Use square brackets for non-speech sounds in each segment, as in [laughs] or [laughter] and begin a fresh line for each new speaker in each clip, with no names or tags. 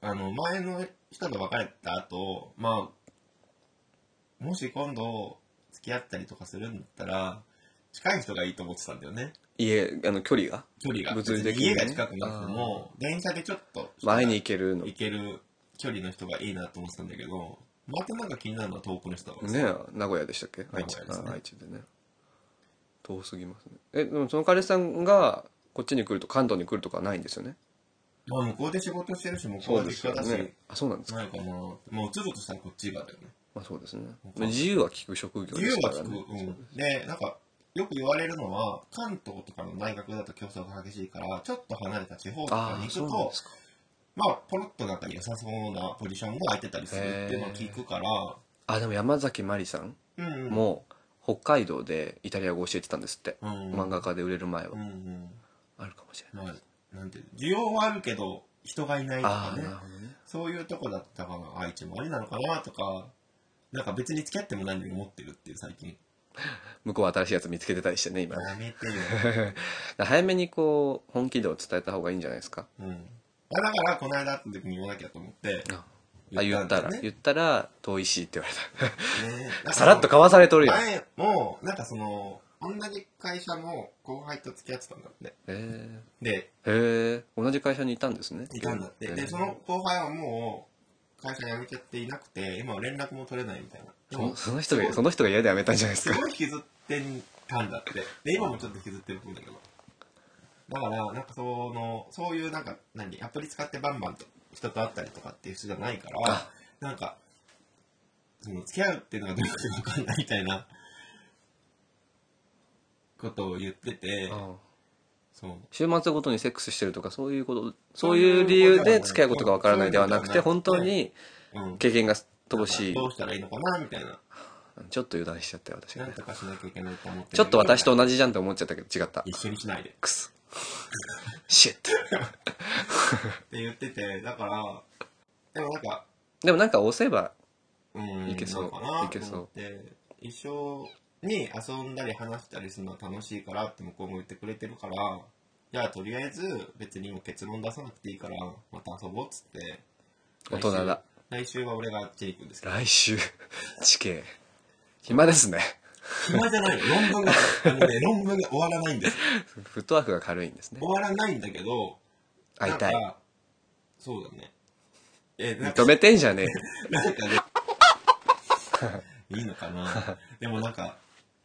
あの、前の人と別れた後、まあ、もし今度、付き合ったりとかするんだったら、近い人がいいと思ってたんだよね。
家、あの、距離が
距離が。
物理的に
に
ね
家が近くなくても、電車でちょっと、
前に行けるの。
行
ね
ける距離の人がいいなと思ってたんだけど、またなんか気になるのは遠くの人だわ
え名古屋でしたっけ愛
名
知
古屋ですね
あ愛知でね。遠すぎますね。え、でもその彼氏さんが、こっちに来ると、関東に来るとかはないんですよね。
まあ、向こうで仕事してるし、向こうは実家だし、
ね。あ、そうなんですか。
ないかな。もうつるとしたらこっちがだよね。
まあそうですね。
うん
自由は利く職業
自
で
由
すか
がつ
ら
く。
ね。
うん。で、なんか、よく言われるのは、関東とかの大学だと競争が激しいから、ちょっと離れた地方とかに
ああ、
行く
そうなん
と
で、すか。
まあ、ポロッとなんか良さそうなポジションが空いてたりするっていうのを聞くから、
あ、でも山崎まりさん
うんうん。
も、北海道でイタリア語教えてたんですって。
うん、
漫画家で売れる前
う
は
ん。うん。
あるかもしれない。
まあ、なんていうの需要はあるけど、人がいないと
あ
か
あ、
ね
なる。ほどね。
そういうとこだったから、愛知もありなのかなとか、なんか別に付き合ってもないのに思ってるっていう最
[laughs]
近。
向こうは新しいやつ見つけてたりしてね、今。
やめてよ。
[laughs] 早めにこう、本気度を伝えた方がいいんじゃないですか。
うん。あだから、この間会った時に言わなきゃと思って、
あ、言ったら、
ね
言ったら、遠いしって言われ
ね
た。 [laughs] さらっとかわされとるやん。
前も、なんかその、同じ会社の後輩と付き合ってたんだって。
え
で、
ー、へえ、同じ会社にいたんですね。
いたんだって。
え
で、
ー
その後輩はもう、会社辞めちゃっていなくて、今は連絡も取れないみたいな。で
そ
も、
その人が、その人が嫌でやめたんじゃないです
す
か。
ごい引きずってたんだって。で、今もちょっと引きずってるっぽいんだけど。だから、なんかその、そういうなんか、何、アプリ使ってバンバンと人と会ったりとかっていう人じゃないから
[laughs] あ、
なんか、その、付き合うっていうのがどういうことかわかんないみたいな、ことを言ってて、
ああ
そう。
週末ごとにセックスしてるとか、そういうこと、そういう理由で付き合うことがわからないではなくて、本当に
うん。
経験が乏しい
ど。うしたらいいのかなみたいな。
ちょっと油断しちゃったよ、私
な
が
ん
ね
と。かしなきゃいけないと思って。
ちょっと私と。同じじゃんって思っちゃったけど、違った。
一緒にしないで。
く [laughs] す。シット。
って言ってて、だから、でもなんか、
でもなんか押せば、
うん、
いけそう
なのかなと思っ
いけそう
て一緒に遊んだり話したりするのは楽しいからって向こうも言ってくれてるから、じゃあとりあえず別にもう結論出さなくていいから、また遊ぼうっつって。
大人だ。
来週は俺があっちに行くんですけど。
来週、 [laughs] 地形。暇ですね。
暇じゃないの論文が、あのね、論文が終わらないん
[laughs]
です。
フットワークが軽いんですね
終。わらないんだけど、
会いたい
なん。かそうだね。え、なんか
認、めてんじゃねえよ。
なんかね、いいのか
[laughs]
な。でもなんか、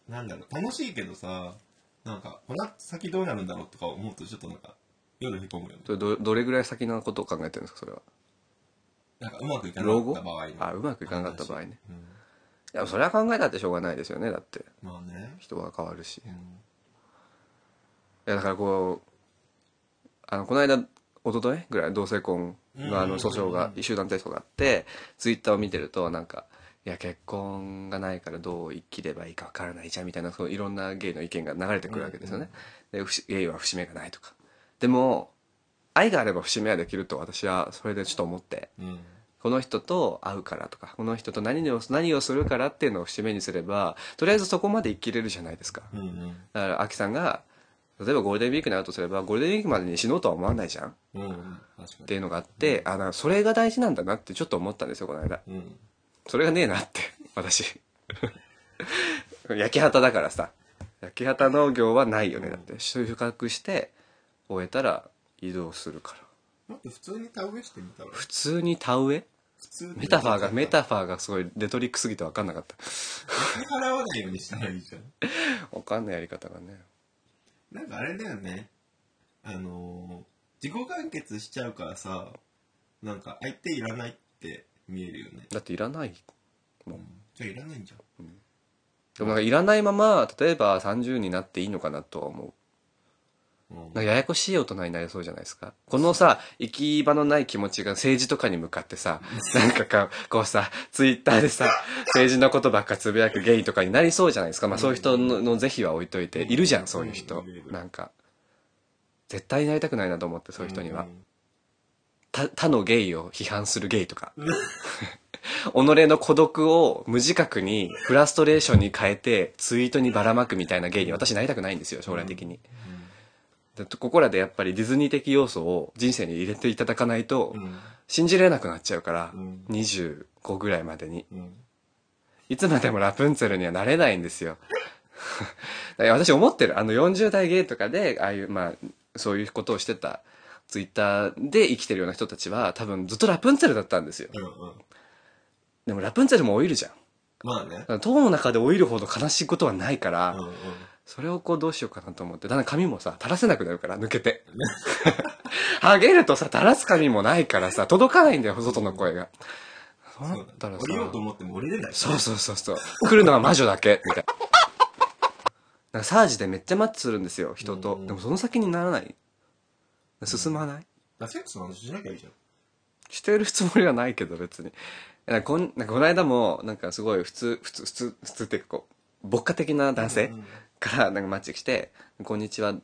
なんだろう、楽しいけどさ、なんか、この先どうなるんだろうとか思うと、ちょっとなんか、夜へこむよね。
それど、どれぐらい先のことを考えてるんですか、それは。
なんか、うまくいかな
老
かっ
後
た場合
あ、
の。
うまくいかなかった場合ね。
うん
いや、それは考えたってしょうがないですよね、だって。
まあね。
人は変わるし。
う
い
ん
や、だからこう、あの、この間、一昨日ぐらい同性婚の
うん
あ
うんうんう
の
ん
訴訟が、集団提訴があって、ツイッターを見てると、なんか、いや、結婚がないからどう生きればいいかわからないじゃんみたいな、そういろんなゲイの意見が流れてくるわけですよね。でふしゲイは節目がないとか。でも、愛があれば節目はできると私はそれでちょっと思って、
うん。
この人と会うからとか、この人と何を何をするからっていうのを節目にすれば、とりあえずそこまで生きれるじゃないですか。
うんうん。
だから、アキさんが、例えばゴールデンウィークになるとすれば、ゴールデンウィークまでに死のうとは思わないじゃんっ
うんうん。確か
ていうのがあって、あ、だからそれが大事なんだなってちょっと思ったんですよ、この間。
に。うん。
それがねえなって、 [laughs] 私。焼き畑だからさ。焼き畑農業はないよね、だって。収穫して、終えたら移動するか
も
ら。
っと普通に田植えしてみたら。
普通に田植え
普通
メタファーが、メタファーがすごいレトリックすぎて分かんなかった。
金払わないようにしたらいいじゃん。
分かんないやり方がね。
なんかあれだよね。あのー、自己完結しちゃうからさ、なんか相手いらないって見えるよね。
だっていらない。
じゃあいらないんじゃん。
でもなんかいらないまま、例えば30になっていいのかなとは思う。
うん
なんかややこしい大人になりそうじゃないですか。このさ、行き場のない気持ちが政治とかに向かってさ、なんかか、こうさ、ツイッターでさ、政治のことばっかつぶやくゲイとかになりそうじゃないですか。まあそういう人のの是非は置いといて、いるじゃん、そういう人
うんいるい。る
なんか、絶対になりたくないなと思って、そういう人には。
ん
他他のゲイを批判するゲイとか。 [laughs] 己の孤独を無自覚にフラストレーションに変えてツイートにばらまくみたいなゲイに私なりたくないんですよ、将来的に。でここらでやっぱりディズニー的要素を人生に入れていただかないと
うん
信じれなくなっちゃうから、
うん
25ぐらいまでに
うん
いつまでもラプンツェルにはなれないんですよ。 [laughs] だから私思ってる。あの40代ゲイとかで、ああいう、まあ、そういうことをしてた、ツイッターで生きてるような人たちは、多分ずっとラプンツェルだったんですよ。
うんうん
でもラプンツェルも老いるじゃん。だ
まあね
から塔の中で老いるほど悲しいことはないか
うん
ら、
うん
それをこうどうしようかなと思って、だんだん髪もさ、垂らせなくなるから、抜けて。 [laughs] ハゲるとさ、垂らす髪もないからさ、届かないんだよ、外の声が。そうな
そう
った
だね
らさ
降りようと思っても降りれない
そうそうそうそう。来るのは魔女だけ、みたいな。なんかサージでめっちゃマッチするんですよ、人と
う。ん
でもその先にならない。進まな
だ
い
からセックスの話しなきゃいいじゃん
してるつもりはないけど、別に。なんかこんなんかこの間も、なんかすごい普通、普通、普通、普通っていうかこう、牧歌的な男性
うん
からなんかマッチ来て、こんにちはっ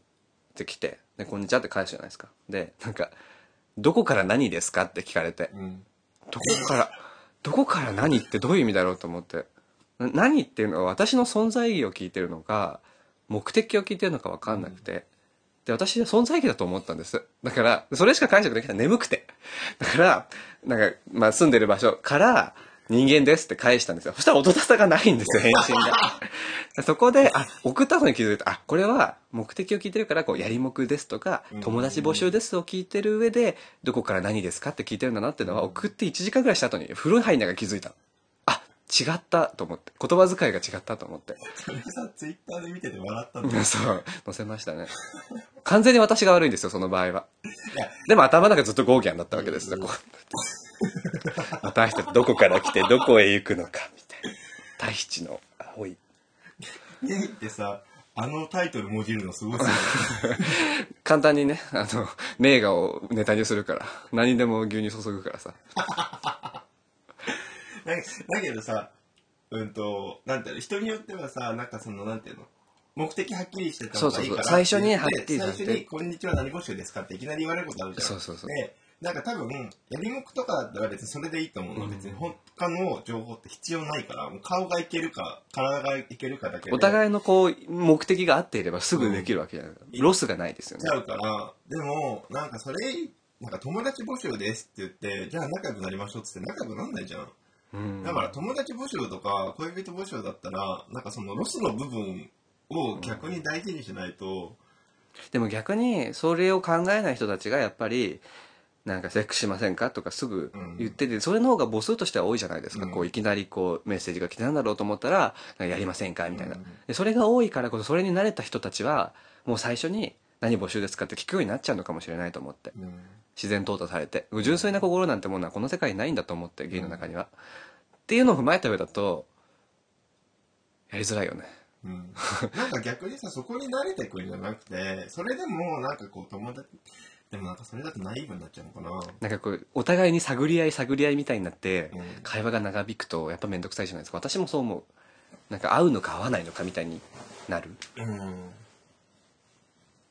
て来て、で、こんにちはって返すじゃないですか。で、なんか、どこから何ですかって聞かれて、
うん
どこから、どこから何ってどういう意味だろうと思って。な何っていうのは私の存在意義を聞いてるのか、目的を聞いてるのか分かんなくて。で、私は存在意義だと思ったんです。だから、それしか解釈できない。眠くて。だから、なんか、まあ、住んでる場所から、人間ですって返したんですよ。そしたら音沙汰がないんですよ、返信が。そこで、あ、送ったことに気づいた。あ、これは目的を聞いてるから、こう、やりもくですとか
うん、
友達募集ですを聞いてる上で、どこから何ですかって聞いてるんだなっていうのは、送って1時間ぐらいした後に、古い範囲が気づいた。あ、違ったと思って。言葉遣いが違ったと思って。 [laughs]
それさツイッターで見てて笑ったんだよ
そう、載せましたね。完全に私が悪いんですよ、その場合は
や。
でも頭の中ずっとゴーギャンだったわけですよ、こう。また人どこから来てどこへ行くのか、みたいな。大地の青い。
ゲイってさあのタイトルもじるのすごい好き
簡単にね、あの、名画をネタにするから、何でも牛乳注ぐからさ。
だだけどさ、うんと、なんていうの、人によってはさ、なんかその、なんていうの、目的はっきりしてた方がいいから
そうそうそう最初に
って言
はっきりさせて
最初に、こんにちは何募集ですかっていきなり言われることあるじゃん。
そうそうそう
で、なんか多分、やりもくとかだったら別にそれでいいと思うの。
うん
別に他の情報って必要ないから、もう顔がいけるか、体がいけるかだけで。
お互いのこう、目的が合っていればすぐできるわけじゃない。ロスがないですよ
ち
ね。
ゃうから、でも、なんかそれ、なんか友達募集ですって言って、じゃあ仲良くなりましょうってって仲良くなんないじゃん。
うん。
だから友達募集とか恋人募集だったら、なんかそのロスの部分を逆に大事にしないと、
でも逆にそれを考えない人たちがやっぱりなんかセックスしませんかとかすぐ言ってて、それの方が母数としては多いじゃないですか、
うん
こういきなりこうメッセージが来てなんだろうと思ったら「なんかやりませんか?」みたいな、
うん
でそれが多いからこそそれに慣れた人たちはもう最初に「何募集ですか?」って聞くようになっちゃうのかもしれないと思って
うん
自然淘汰されて純粋な心なんてものはこの世界にないんだと思って芸の中には、っていうのを踏まえた上だとやりづらいよね
うんなんか逆にさ、そこに慣れてくるんじゃなくて、それでもなんかこう友達、でもなんかそれだとナイーブになっちゃうのかな。
なんかこうお互いに探り合い探り合いみたいになって、
うん
会話が長引くとやっぱ面倒くさいじゃないですか私もそう思うなんか合うのか合わないのかみたいになる
うん。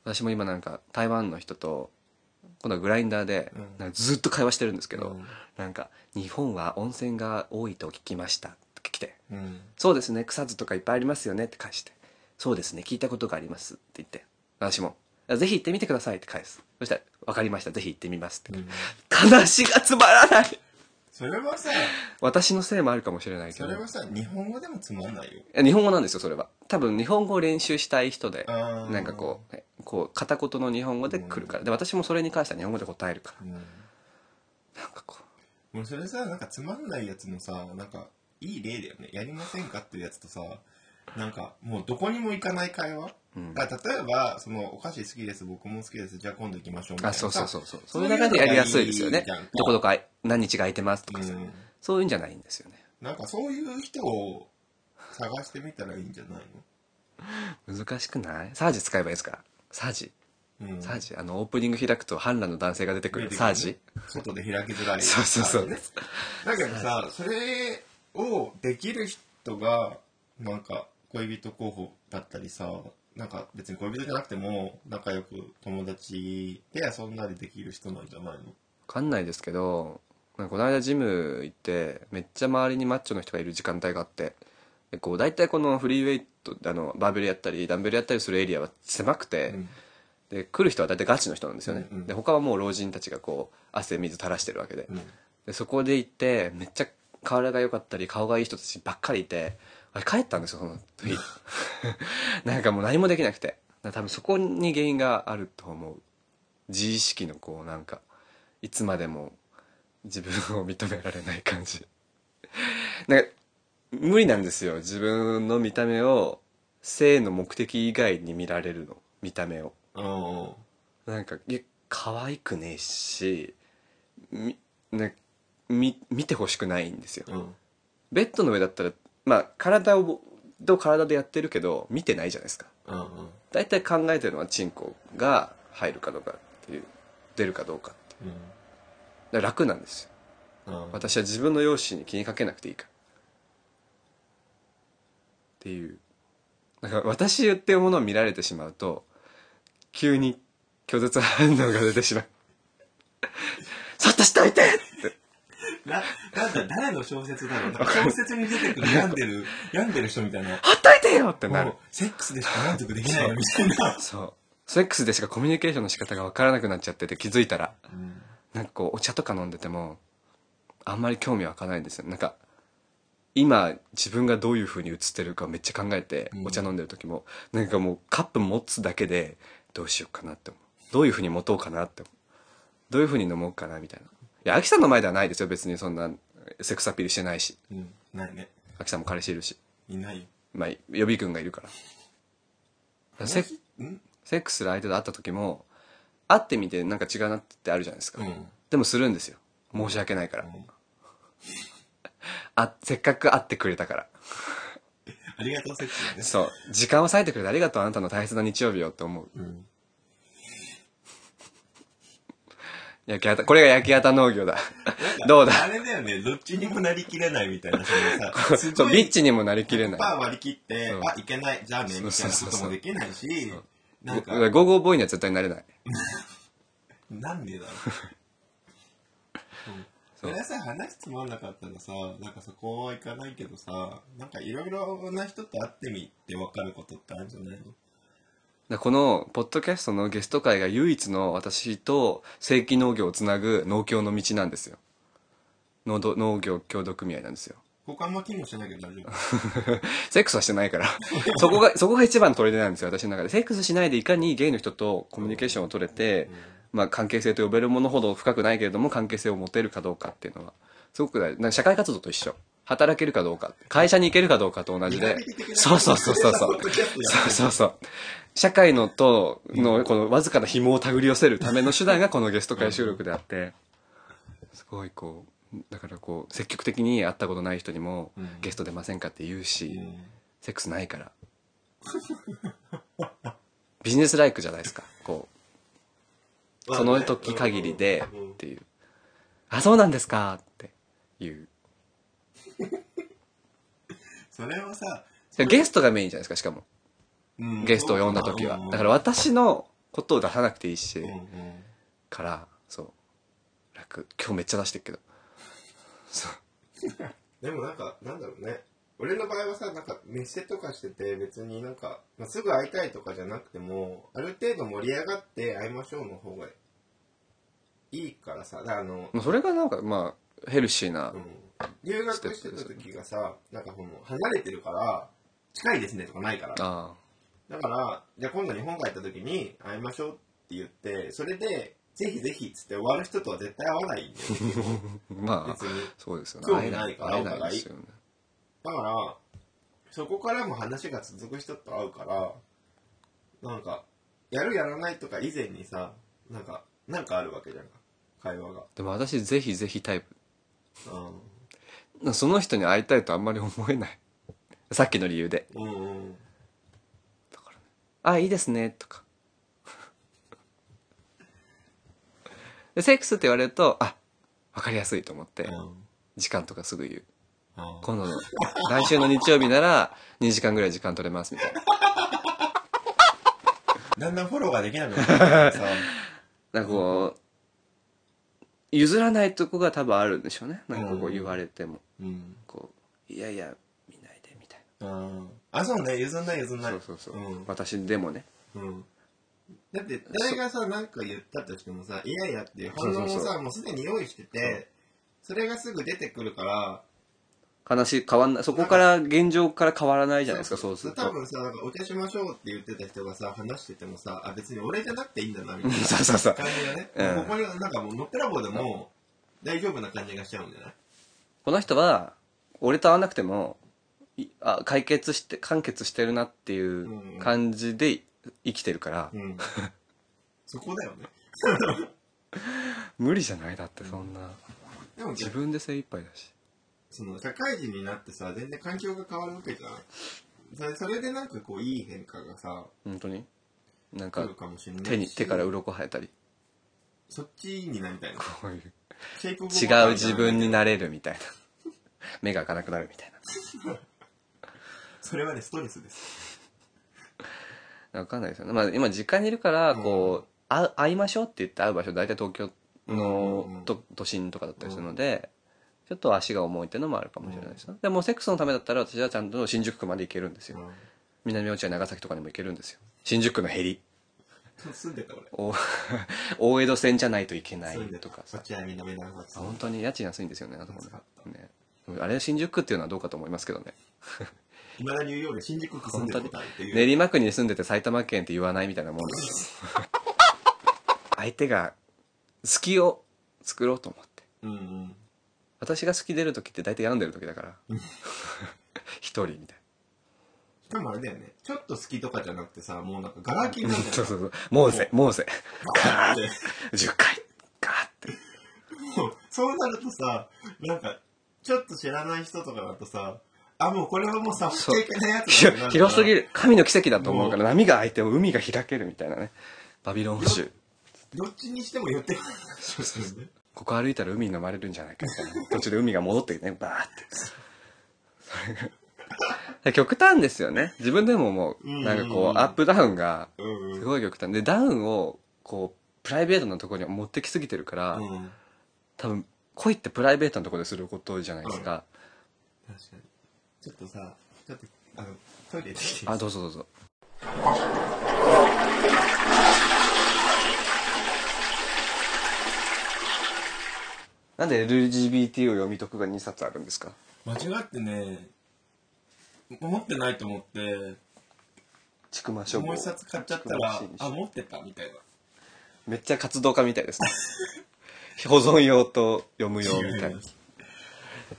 私も今なんか台湾の人と今度はグラインダーで
うん
なんかずっと会話してるんですけ
う
ど、
ん
なんか「日本は温泉が多いと聞きました」って来て
うん。
「そうですね草津とかいっぱいありますよね」って返して「そうですね聞いたことがあります」って言って私も「ぜひ行ってみてください」って返すそしたら「分かりましたぜひ行ってみます」って、
うん
悲しがつまらない
それはさ、
私のせいもあるかもしれないけど
それはさ、日本語でもつまんないよ。
いや日本語なんですよそれは多分日本語を練習したい人で
あー
なんかこうえこう片言の日本語で来るからで私もそれに関しては日本語で答えるか
うん。
らなんかこ
もうそれさ、なんかつまんないやつのさ、なんか、いい例だよね。やりませんかっていうやつとさ、なんか、もうどこにも行かない会話
う、うん、
だから例えば、その、お菓子好きです、僕も好きです、じゃあ今度行きましょうみたい
あ
なさ。
そうそうそうそうそ
そう
う
い
いうう
のが
中でやりやすいですよ
いい
ね
じゃん
どこどこあい何日が空いてますとかさ、
うん
そういうんじゃないんですよね
なんかそういう人を探してみたらいいんじゃない
難しくないサージ使えばいいですからサージ
のうん。
サージあのオープニング開くと反乱の男性が出てく
出
る
てくる
サージ
外で開きづらい。
そうそうそう
ねだけどさ、それをできる人が、なんか、恋人候補だったりさ、なんか別に恋人じゃなくても、仲良く友達で遊んだりできる人なんじゃないの
わかんないですけどなんかこの間ジム行ってめっちゃ周りにマッチョの人がいる時間帯があってでこう大体このフリーウェイトあのバーベルやったりダンベルやったりするエリアは狭くて、
うん
で来る人は大体ガチの人なんですよね、
うんうん
で他はもう老人たちがこう汗水垂らしてるわけで,、
うん
でそこで行ってめっちゃ体が良かったり顔がいい人たちばっかりいてあれ帰ったんですよその時 [laughs] なんかもう何もできなくてだから多分そこに原因があると思う自意識のこうなんかいつまでも自分を認められない感じなんか無理なんですよ自分の見た目を性の目的以外に見られるの見た目を
うんうん
なんかいや可愛くねえしみねみ見てほしくないんですよ
うん
ベッドの上だったらまあ体をと体でやってるけど見てないじゃないですか
うんうん
大体考えてるのはチンコが入るかどうかっていう出るかどうかってだから楽なんですよ
うん
私は自分の容姿に気にかけなくていいからっていうなんか私っていうものを見られてしまうと急に拒絶反応が出てしまう [laughs] 「そっとしておいて!」って
な、なんだ、誰の小説だ [laughs] ろうなんか小説に出てくる病んでる、病んでる人みたいな。
「ほっといてよ!」ってな
も
る
うセックスでしか満足できないのみたいな。
そうセックスでしかコミュニケーションの仕方が分からなくなっちゃってて気づいたら
うん
なんかこうお茶とか飲んでてもあんまり興味湧かないんですよなんか今自分がどういう風に映ってるかめっちゃ考えて
うん
お茶飲んでる時も、なんかもうカップ持つだけでどうしようかなって思うどういう風に持とうかなって思うどういう風に飲もうかなみたいないやアキさんの前ではないですよ別にそんなセックスアピールしてないし
うん。ないね。
アキさんも彼氏いるし
いないよ。
まあ予備軍がいるからだからセ
うん
セックスする相手と会った時も会ってみてなんか違うなってあるじゃないですか、
うん。
でもするんですよ申し訳ないから、
うん
あ、せっかく会ってくれたから。
ありがとうセックスだね。
そう。時間を割いてくれてありがとう、あなたの大切な日曜日よって思う。
うん。
焼き畑、これが焼き畑農業だ。どうだ
あれだよね、どっちにもなりきれないみたいな、そのさ、す
そう、
ご
ビッ
い、
チにもなりきれ
パ
な
ー割り切って、
うん。
あ、いけない、じゃあね、みたいなこともできないし、ないんか、
ゴゴーゴーボーイには絶対なれない。
なんでだろう。
そう
俺さ、話つまんなかったらさ、なんかそこは行かないけどさ、なんかいろいろな人と会ってみて分かることってあるんじゃないの
だこの、ポッドキャストのゲスト会が唯一の私と正規農業をつなぐ農協の道なんですよ。農ど農業協同組合なんですよ。
交換も機能してないけど大丈夫。
セックスはしてな
[laughs]
いから。そこが、そこが一番の取れなんですよ、私の中で。セックスしないでいかにゲイの人とコミュニケーションを取れて、まあ関係性と呼べるものほど深くないけれども、関係性を持てるかどうかっていうのは、すごく大事。なんか社会活動と一緒。働けるかどうか。会社に行けるかどうかと同じ
[laughs]
で
二大的。な
そうそうそうそうそ
ポッドキャスト
う。
や
そうそうそう。社会のとの、このわずかな紐を手繰り寄せるための手段がこのゲスト会収録であって、すごいこう、だからこう、積極的に会ったことない人にも
うん、
ゲスト出ませんかって言うし、
うん
セックスないから。ビジネスライクじゃないですか。こう、その時限りで
うん
っていう。あ、そうなんですかっていう。
それはさ、
ゲストがメインじゃないですか、しかも。
うん
ゲストを呼んだ時は
うん。
だから私のことを出さなくていいし
うん、うん
から、そう。楽。今日めっちゃ出してるけど。そう。
でもなんか、なんだろうね。俺の場合はさ、なんか、メッセとかしてて、別になんか、まあ、すぐ会いたいとかじゃなくても、ある程度盛り上がって会いましょうの方がいいからさ、だからあの、
もうそれがなんか、まあ、ヘルシーな
う。ん、留学してた時がさ、なんかこの、離れてるから、近いですねとかないから。
あ
だから、じゃあ今度日本帰った時に会いましょうって言って、それで、ぜひぜひっつって終わる人とは絶対会わないんだよ、
あ。ま
別
あ、
に。
そうですよね。
興
会え
味
な。
ないいから
会えないですよね。
だから、そこからも話が続く人と会うから、なんか、やるやらないとか以前にさ、なんか、なんかあるわけじゃんか。会話が。
でも私、ぜひぜひタイプ。
うん。
その人に会いたいとあんまり思えない。さっきの理由で。
うんうん。
あ、いいですね、とか。 [laughs] で、セックスって言われると、あ、わかりやすいと思って
う、ん。
時間とかすぐ言
う
う。
ん
今度の、来週の日曜日なら、2時間ぐらい時間取れます、みたいな。
だんだんフォローができなくなってくるから [laughs] さ。
なんかこう、譲らないとこが多分あるんでしょうね。なんかこう言われても、
うん。
こう、いやいや、見ないで、みたい
うんあ、そうね。譲んない譲んな
な。
い。
そうそうそうう。私でもね。
ん。うん。だって誰がさなんか言ったとしてもさ嫌やっていう反応もさ
そうそうそ
もうすでに用意しててそれがすぐ出てくるから
悲しい、変わんない、そこから、現状から変わらないじゃないですか、そうする
多
と。
分さなんかお茶しましょうって言ってた人がさ話しててもさあ別に俺じゃなくていいんだなみたいな
[laughs] そうそうそう。
感じがね、
[laughs] う
こ
ん
こになんかもうのっぺらぼうでも大丈夫な感じがしちゃうんじゃない
この人は、俺と会わなくても、いあ解決して、完結してるなっていう感じで生きてるから、
うん、そこだよね。
無理じゃないだってそんな。
でも
自
逆
分で精一杯だし。
その社会人になってさ、全然環境が変わるわけじゃん。それそれでなんかこう、いい変化がさ、
本当になん
来
か
る、かもしれないし。
手に、手から鱗生えたり、
そっちになりたいの。
こういう、
シェイプ
[laughs] 違う自分に
な
なれるみたいな。 [laughs] 目が開かなくなるみたい
それはね、ストレスです。
な。わかんないですよね。まあ今実家にいるから、こう、会う会いましょうって言って会う場所、大体東京の、
うん
と都心とかだったりするので、ちょっと足が重いっていうのもあるかもしれないですね。でもセックスのためだったら私はちゃんと新宿区まで行けるんです
う
よ。
ん
南落合長崎とかにも行けるんですよ。新宿区のヘリ。
そう住んでた俺。
お [laughs] 大江戸線じゃないといけない
住んでた
とか
そ
さ
っ。ちはみんなめながら
あ本当に家賃安いんですよね、あそこね
安か
ね。あれ新宿区っていうのはどうかと思いますけどね。
いまだに言うように新宿区住んでたことあるっていう。
練馬区に住んでて埼玉県って言わないみたいなもん [laughs] ですよ。相手が隙を作ろうと思って。
うんうん。
私が隙出る時って大体病んでる時だから。一人みたい
しかもあれだよね、ちょっと好きとかじゃなくてさ、もうなんかガラキにな
な。
るんだよ
そうそうそう。モーゼ、モーゼ。ガー
っ
ッ
て。
10回。ガーって。
もうそうなるとさ、なんか、ちょっと知らない人とかだとさ、あ、もうこれはもう触っちゃいけないやつ
ひ
だ
ろ広すぎ
る。
る。神の奇跡だと思うから、波が開いても海が開けるみたいなね。バビロン保守。
どっちにしても寄ってこない。そうそうそう。
ここ歩いたら海に飲まれるんじゃないかみたいな。途中で海が戻ってね、バーって。それが極端ですよね。自分でもも
うんうんう
う、
ん
なんかこう、アップダウンが、
うん
す
うん。
ごい極端。で、ダウンを、こう、プライベートのところに持ってきすぎてるから、
うん。
多分、恋ってプライベートのところですることじゃないですか。
確かに。ちょっとさ、ちょっと、あの、トイレ行ってきて。
あ、どうぞどうぞ。なんで LGBT を読み解くが2冊あるんですか
間違ってね、持ってないと思って、
ちくま書房
もう一冊買っちゃったら
ちくま新、書
あ、持ってたみたいな。
めっちゃ活動家みたいです [laughs] ね保存用と読む用みたいな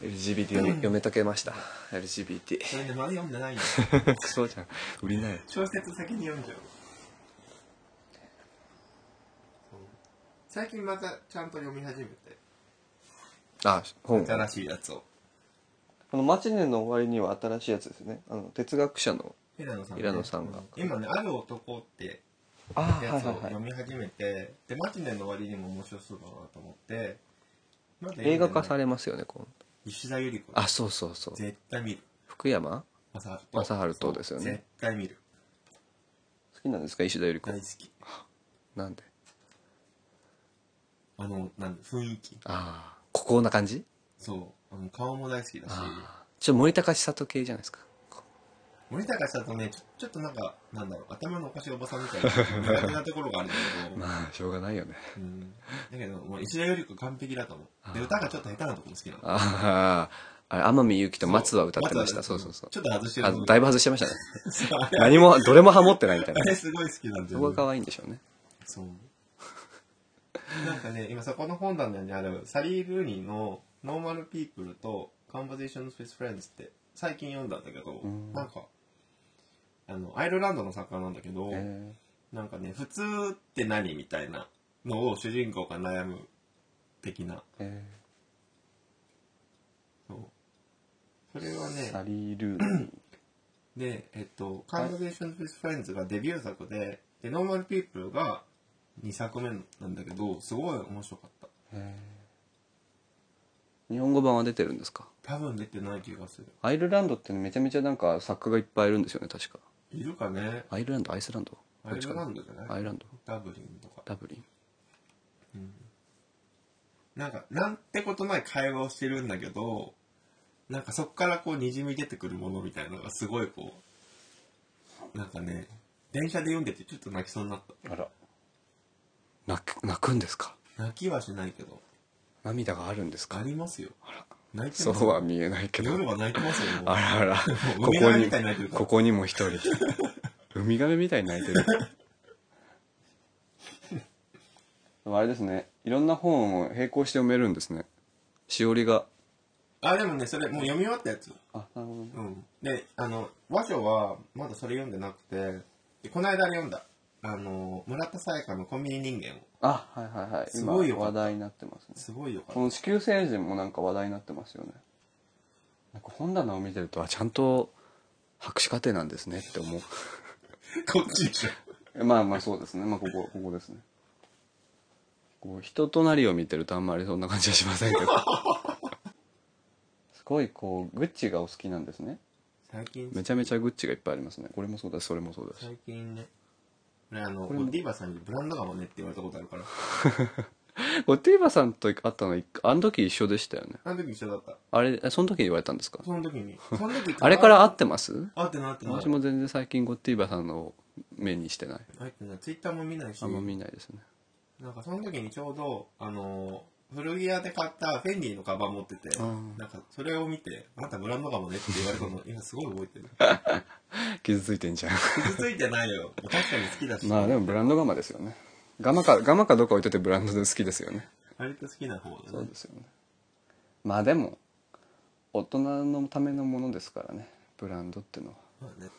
LGBT [laughs] 読め読めとけました LGBT
それね、まだ読んでないんだ。
クソじゃん売りない
小説先に読んじゃう最近またちゃんと読み始めて
あ本
新しいやつを
この「マチネの終わり」には新しいやつですねあの哲学者の
平野さん,、
平野さんが
今ね「ある男」って
ああはい
やつを
はい
読
はい
み始めて、でマチネの終わりにも面白そうだなと思ってまだ読んでない
映画化されますよね今度
石田ゆり子
あそうそうそう
絶対見る
福山
正治
正春とですよね
絶対見る
好きなんですか石田ゆり子
大好き
なんで
あのなんだ雰囲気
ああ孤高な感じ
そうあの顔も大好きだし
ああちょっと森高千里系じゃないですか
森高さんとねちょちょっとなんかなんだろう頭のおかしいおばさんみたいな苦手なところがあるんだけど、
[laughs] まあしょうがないよね
うん、だけどもう石田より子完璧だと思うで歌がちょっと下手なとこも好きなの
ああ、あれ、天海祐希と松は歌ってました。
松
そ
は
うそうそう
ち。ょっと外してる
あの、だいぶ外してましたね。
そうあれ
何も、どれもハモってないみたい
あ
な。
れすごい好きなんだ
そ
よ、
こが
ね、
可愛いんでし [laughs] ょうね。
そうなんかね今そこの本棚にあるサリー・ルーニーの「ノーマル・ピープル」と「コンバゼーション・スペース・フレンズ」って最近読んだんだけど、
ん
なんかあのアイルランドの作家なんだけど、
え
なんかね、普通って何みたいなのを主人公が悩む的な。
ーえ
そう。それは
ー
ね、
サリールーニー。
で、えっと、カンバゼーション with Friends がデビュー作で、で、ノーマルピープルが2作目なんだけど、すごい面白かった。
えー日本語版は出てるんですか
多分出てない気がする。
アイルランドってめちゃめちゃなんか作家がいっぱいいるんですよね、確か。
いるかね
アイルランド、アイスランド
アイルラン
ド
ドじゃ
ア
な
イ
い
ルランド
ダブリンとか。
ダブリン。
なんか、なんてことない会話をしてるんだけど、なんかそっからこう滲み出てくるものみたいなのがすごいこう、なんかね、電車で読んでてちょっと泣きそうになった。
あら。泣く泣くんですか
泣きはしないけど
涙があるんです
あ
か
りますよ泣いて
そうは見えないけど
夜は泣いてますよもう
あらあら
もう
こ
海
こ
亀み
に
たいに泣いてるから
ここにも一人ウミガメみたいに泣いてるあれですねいろんな本を並行して読めるんですねしおりが
あでもねそれもう読み終わったやつ
あなるほどね
うんであの和書はまだそれ読んでなくてでこの間あれ読んだあの村田沙耶香の「コンビニ人間」を
あはいはいはい
すごいよ
今話題になってますね
すごいよかった
この地球星人もなんか話題になってますよねなんか本棚を見てるとあちゃんと博士課程なんですねって思う [laughs]
こっちでしょ
まあまあそうですねまあここここですねこう人となりを見てるとあんまりそんな感じはしませんけど [laughs] すごいこうグッチがお好きなんですね
最近
めちゃめちゃグッチがいっぱいありますねこれもそうだしそれもそうだし
最近ね俺あの
これも
ディーバさんにブランドガもねって言われたことあるから
これティーバさんと会ったの一回あの時一緒でしたよね
あの時一緒だった
あれえその時言われたんですか
その時
[laughs]
にその時
あれから会ってます
あってなってない
私も全然最近ゴッティーバさんのを目にしてない
あってないツイッターも見ないし
あんま見ないですね
なんかその時にちょうどあの古着屋で買ったフェンディのカバン持ってて
うん
なんかそれを見て「あなたブランドガもね」って言われた
[laughs]
の今すごい覚えてる
傷ついてんじゃん
傷ついてないよ確かに好きだし、
まあでもブランドガマですよねガマかガマかどうか置いといてブランドで好きですよね
割と好きな方だ
そう
ね
ですよねまあでも大人のためのものですからねブランドってのは、
まあね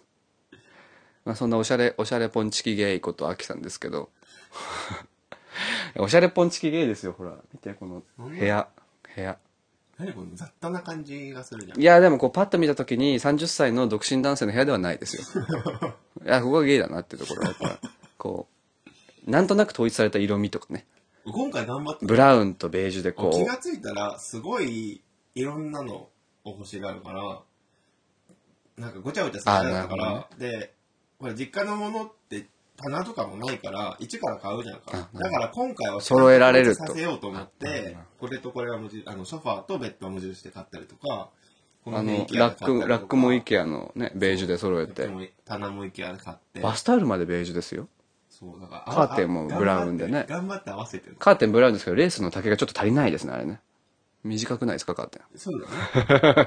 まあ、そんなおしゃれおしゃれポンチキゲイことアキさんですけど [laughs] おしゃれポンチキゲイですよほら見てこの部屋部屋
何この雑多な感じがするじゃん
いや、でもこうパッと見たときに30歳の独身男性の部屋ではないです [laughs] よ。いや、ここがゲイだなっていうところは、やっぱ、こう、なんとなく統一された色味とかね。
今回頑張って
ブラウンとベージュでこ
気
う、
がついたらすごいいろんなのお欲しがるからなんかごちゃごちゃするやつだか
あなる
ら、でほら実家のものって棚とかもないから一から買うじゃんか
あなるほど
だから今回は
揃えられると
させようと思っ
あなる
てこれとこれは無印あのソファーとベッドは無印で買ったりとかこ
あ
辺
の、
IKEA
ラ
で買っ
ッ
たりと
ク、
か
ラックも IKEA のね、ベージュで揃え
ラッ
て
ク、も棚も IKEA で買って
バスタオルまでベージュですよ。
そうだから
カーテンもブラウンでね
頑張って合わせてる
カーテンブラウンですけど、レースの丈がちょっと足りないですね、あれね。短くないですか、カーテン。
そうだね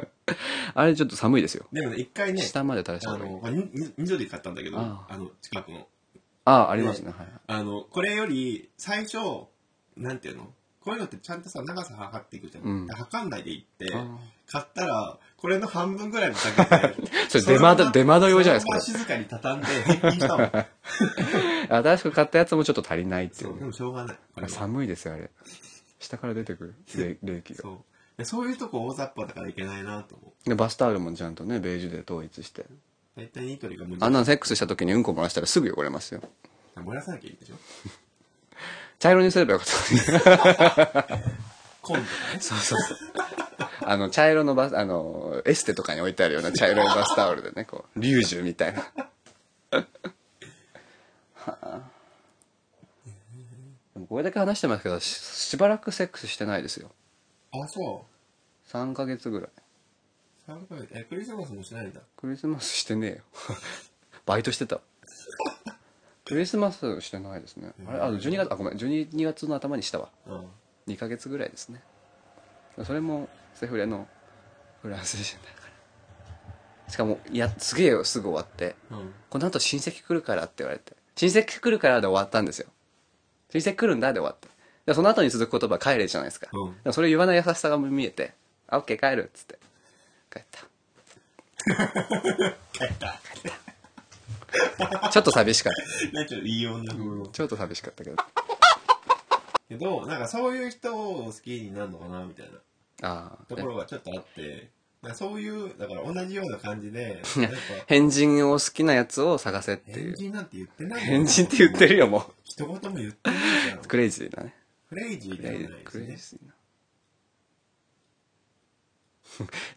あれちょっと寒いですよ。
でもね一回ね
下まで垂らした
あ
方がいい
の。これにに緑買ったんだけど
あ
あの近くの
ああ、ありますね、はい。
あの、これより、最初、なんていうのこういうのってちゃんとさ、長さ測っていくじゃん。
うん
測んないでいって
あー、
買ったら、これの半分ぐらいの高い
[laughs] それ出窓出窓用じゃないです
か。そのまま静かに畳んで、返品したもん。
[laughs] 新しく買ったやつもちょっと足りないってい
そうう、
ね
で。もしょうがない。これは
寒いですよあれ下から出てくるれ冷気が
そうで。そういうとこ大雑把だからいけないなと思う。
でバスタオルもちゃんとねベージュで統一して
大体ニトリが無理
あんなのセックスした時にうんこ漏らしたらすぐ汚れますよ
燃やさなきゃいいんでしょ
茶色にすればよかったのに
今度ね。
そうそうそうあの茶色のバスあのエステとかに置いてあるような茶色いバスタオルでねこうリュージュみたいなはあ [laughs] でもこれだけ話してますけどししばらくセックスしてないですよ
あ、そ。
3ヶ月ぐらいう
3ヶ月。え、クリスマスもしないんだ。
クリスマスしてねえよ [laughs] バイトしてたクリスマスしてないですねあれあ12月あごめん12月の頭にしたわ [laughs]
うん。
2ヶ月ぐらいですねそれもセフレのフランス人だからしかもいやすげえよすぐ終わって
うん。
この後親戚来るからって言われて親戚来るからで終わったんですよ親戚来るんだで終わってでその後に続く言葉帰れじゃないですか,、
うん
それ言わない優しさが見えて「あオッケー帰る」っつって帰った
[laughs] 帰った。
ちょっと寂しかった。
なんかちょっといい女風の。
ちょっと寂しかったけど。
けど、なんかそういう人を好きになるのかな、みたいな。
ああ
と。ころがちょっとあって、なんかそういう、だから同じような感じで、なんか、
変人を好きなやつを探せってい
変
う。
人なんて言ってないよ
変人って言ってるよ、も
一言も言ってないじゃん
う。。クレイジーなね。
クレイジー
ク
では
レイ
ないで
ク
す
レイジ
ね。
ーな。 [laughs]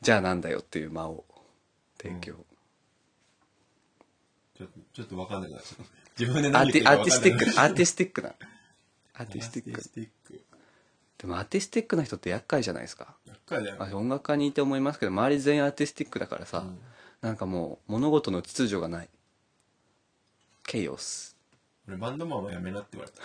じゃあなんだよっていう間を提供。
ちょっと、ちょっとわかんないな。ちょっと自分で
ア
何
ー
言って
テ
る
ィ
か
ア
わ
ー
かん
ティ
ない
スティッ
[laughs]
クな。アーティスティックな。アーティスティッ
アーティ。ス
ク
ティック。
でもアーティスティックな人って厄介じゃないですか。
ばっかりだよ。
私音楽家にいて思いますけど、周り全員アーティスティックだからさ、なんかもう物事の秩序がない。ケイオス。
俺バンドマンはやめなって言われた。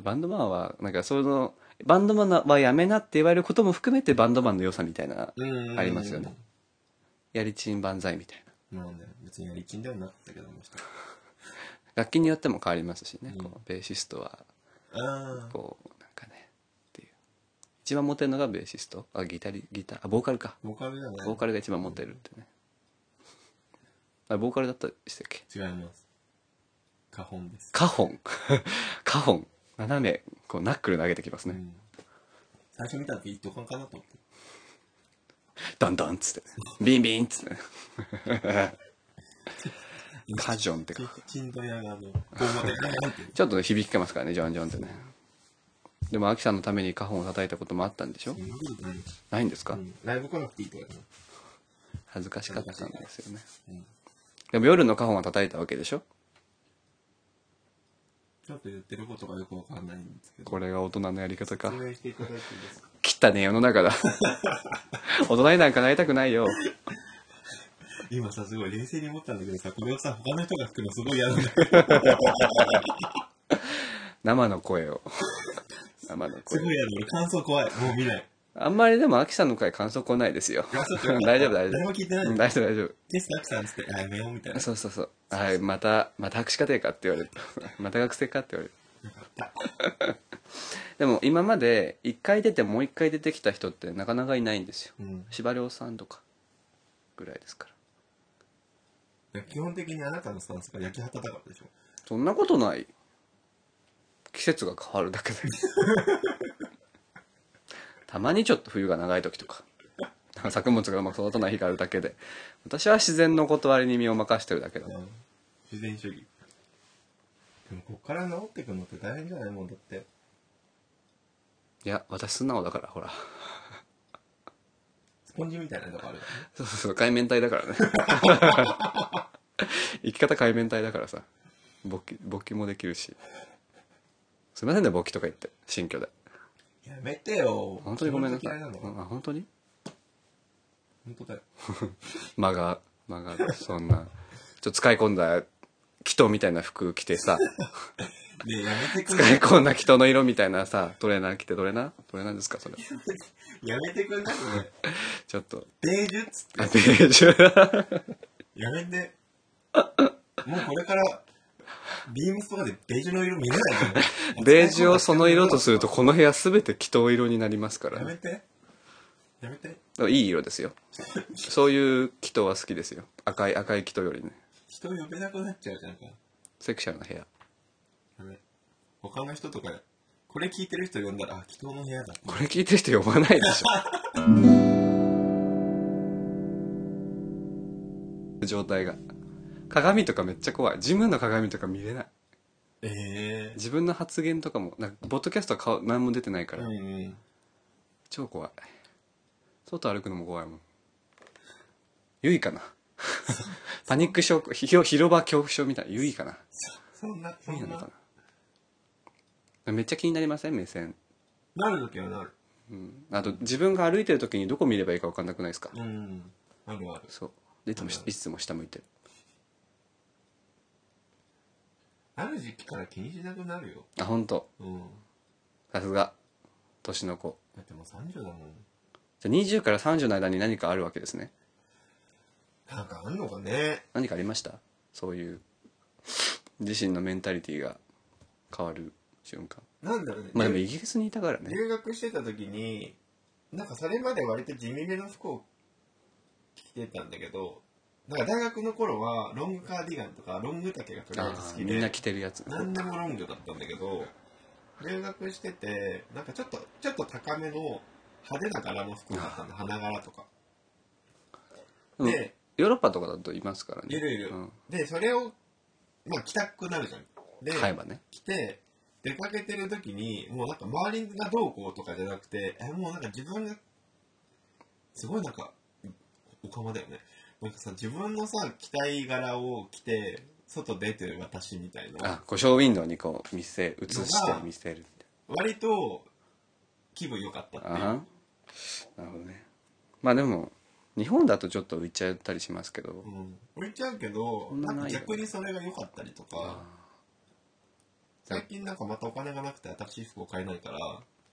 バンドマンはなんかそのバンドマンはやめなって言われることも含めてバンドマンの良さみたいな
うん
ありますよね。やりちん万歳みたいな
まあね、別にやりきんではなかったけど、あの人。
楽器によっても変わりますしね、
うん
こうベーシストは
ああ、
こうなんかねっていう一番モテるのがベーシストあギタリギターあボーカルか
ボーカルだね。
ボーカルが一番モテるってねあれボーカルだったでしたっけ
違います。花本です。
カホン [laughs] カホン斜めこうナックル投げてきます
う
ね、
ん。最初見た時、どこかなと思って。
ダンダンっつってビンビンっつってカジョンってか
ちちんどやが、あの、こうまで、って。
ちょっと響きますからねジョンジョンってねでもアキさんのためにカホンを叩いたこともあったんでしょ
そんなことないです
ないんです
う
か、
んライブ来なくていいって言われた。
恥ずかしかったんですよね
うん。
でも夜のカホンは叩いたわけでしょ
ちょっと言ってることがよくわかんないんですけど。
これが大人のやり方か
説明していただいていいですか
切ったね世の [laughs] 中だ大人になんかなりたくないよ
今さ、すごい冷静に思ったんだけどさ、これをさ、他の人が聞くのすごい嫌なんだ
生の声を生の
す
声
ごい嫌だ。俺感想怖い。もう見ない。
あんまりでもアキさんの声感想来ないですよ
あそうか
[laughs] 大丈夫大丈
誰も
夫
聞いてない
うん。大丈夫大丈夫
テストアクさんっつって、あ、やめようみたいな。
そうそうそう。はい、また、また博士課程かって言われる。 [laughs] また学生かって言われる。 [laughs] でも今まで一回出てもう一回出てきた人ってなかなかいないんですよ。
うん。
司馬遼さんとかぐらいですから。
基本的にあなたのスタンスが焼き畑だからでしょ。
そんなことない。季節が変わる
[laughs]
だけで。たまにちょっと冬が長い時とか。作物がうまく育たない日があるだけで。私は自然の断りに身を任してるだけだ。
うん自然主義。でも、こっから治ってくのって大変じゃないもんだって。
いや、私素直だから、ほら。
スポンジみたいなとこあるよね。
そうそうそう、海綿体だか
[laughs]
らね。生き方海綿体だからさ。勃起、勃起もできるし。すいませんね、勃起とか言って。新居で。
やめてよ。
本当にごめんなさ
嫌
い。
いなの
うんあ、本当に
本当だよ。
間が、間が、そんな。ちょっと使い込んだ、祈祷みたいな服着てさ、
ねえやめてくんな
使い込んだ祈祷の色みたいなさ、トレーナー着てトレーナートレーナーですかそれ。
やめてくんなそれ。
ちょっと。
ベージュっつって。
あ、ベージュ。
やめて。もうこれから、ビームスとかでベージュの色見れないと思う
[laughs] ベージュをその色とすると、この部屋すべて祈祷色になりますから
やめ
ね。
て。やめて。
でもいい色ですよ。そういう祈祷は好きですよ。赤い、赤い祈祷よりね。
人呼べなくなっちゃうじゃんか。
セクシャルな部屋。
やめ他の人とか、これ聞いてる人呼んだら、あ、祈祷の部屋だ。
これ聞いてる人呼ばないでしょ。 [laughs] 状態が。鏡とかめっちゃ怖い。ジムの鏡とか見れない。
ええ
自分の発言とかも、なんか、ボッドキャストは顔、何も出てないから、
うんうん。
超怖い。外歩くのも怖いもん。ゆいか [laughs] な。パニック症、ひろ広場恐怖症みたいな。ゆいかな。
そんな、そ
ゆいなんのか
な。
な。めっちゃ気になりません目線。
なるときはなる。
うん。あと、自分が歩いてる時にどこ見ればいいか分かんなくないですか
うん。あるある。
そう。でいつもし、いつも下向いてる。
ある時期から気にしなくなるよ。
あ、本当。
うん。
さすが。年の子。
だってもう30だもん。
じゃあ20から30の間に何かあるわけですね。
なんかあんのかね。
何かありましたそういう、自身のメンタリティが変わる瞬間。
なんだろうね。
まあでもイギリスにいたからね。
留学してた時になんかそれまで割と地味めの服を着てたんだけどなんか大学の頃はロングカーディガンとかロング丈がとりあえ
あ
ず
あ
好
ー、
き
みんな
で
着てるやつ。
何でもロングだったんだけど留学しててなんかちょっとちょっと高めの派手な柄の服だったんで花柄とか
うん
で
ヨーロッパとかだといますからね。
いるいる
うん。
でそれをまあ着たくなるじゃんで
買えばね。
来て、出かけてる時に、もうなんか周りがどうこうとかじゃなくて、え、もうなんか自分が、すごいなんか、おかまだよね。なんかさ、自分のさ、着たい柄を着て、外出てる私みたいな、
あ、故障ウィンドウにこう、見せ、映して見せる。
割と気分良かったってい
あは
う。
んなるほどね。まあでも、日本だとちょっと浮いちゃったりしますけど、
うん、置いちゃうけど
そんな
な
ない
ん
よ
か
ね
逆にそれが良かったりとか最近なんかまたお金がなくて新しい服を買えないから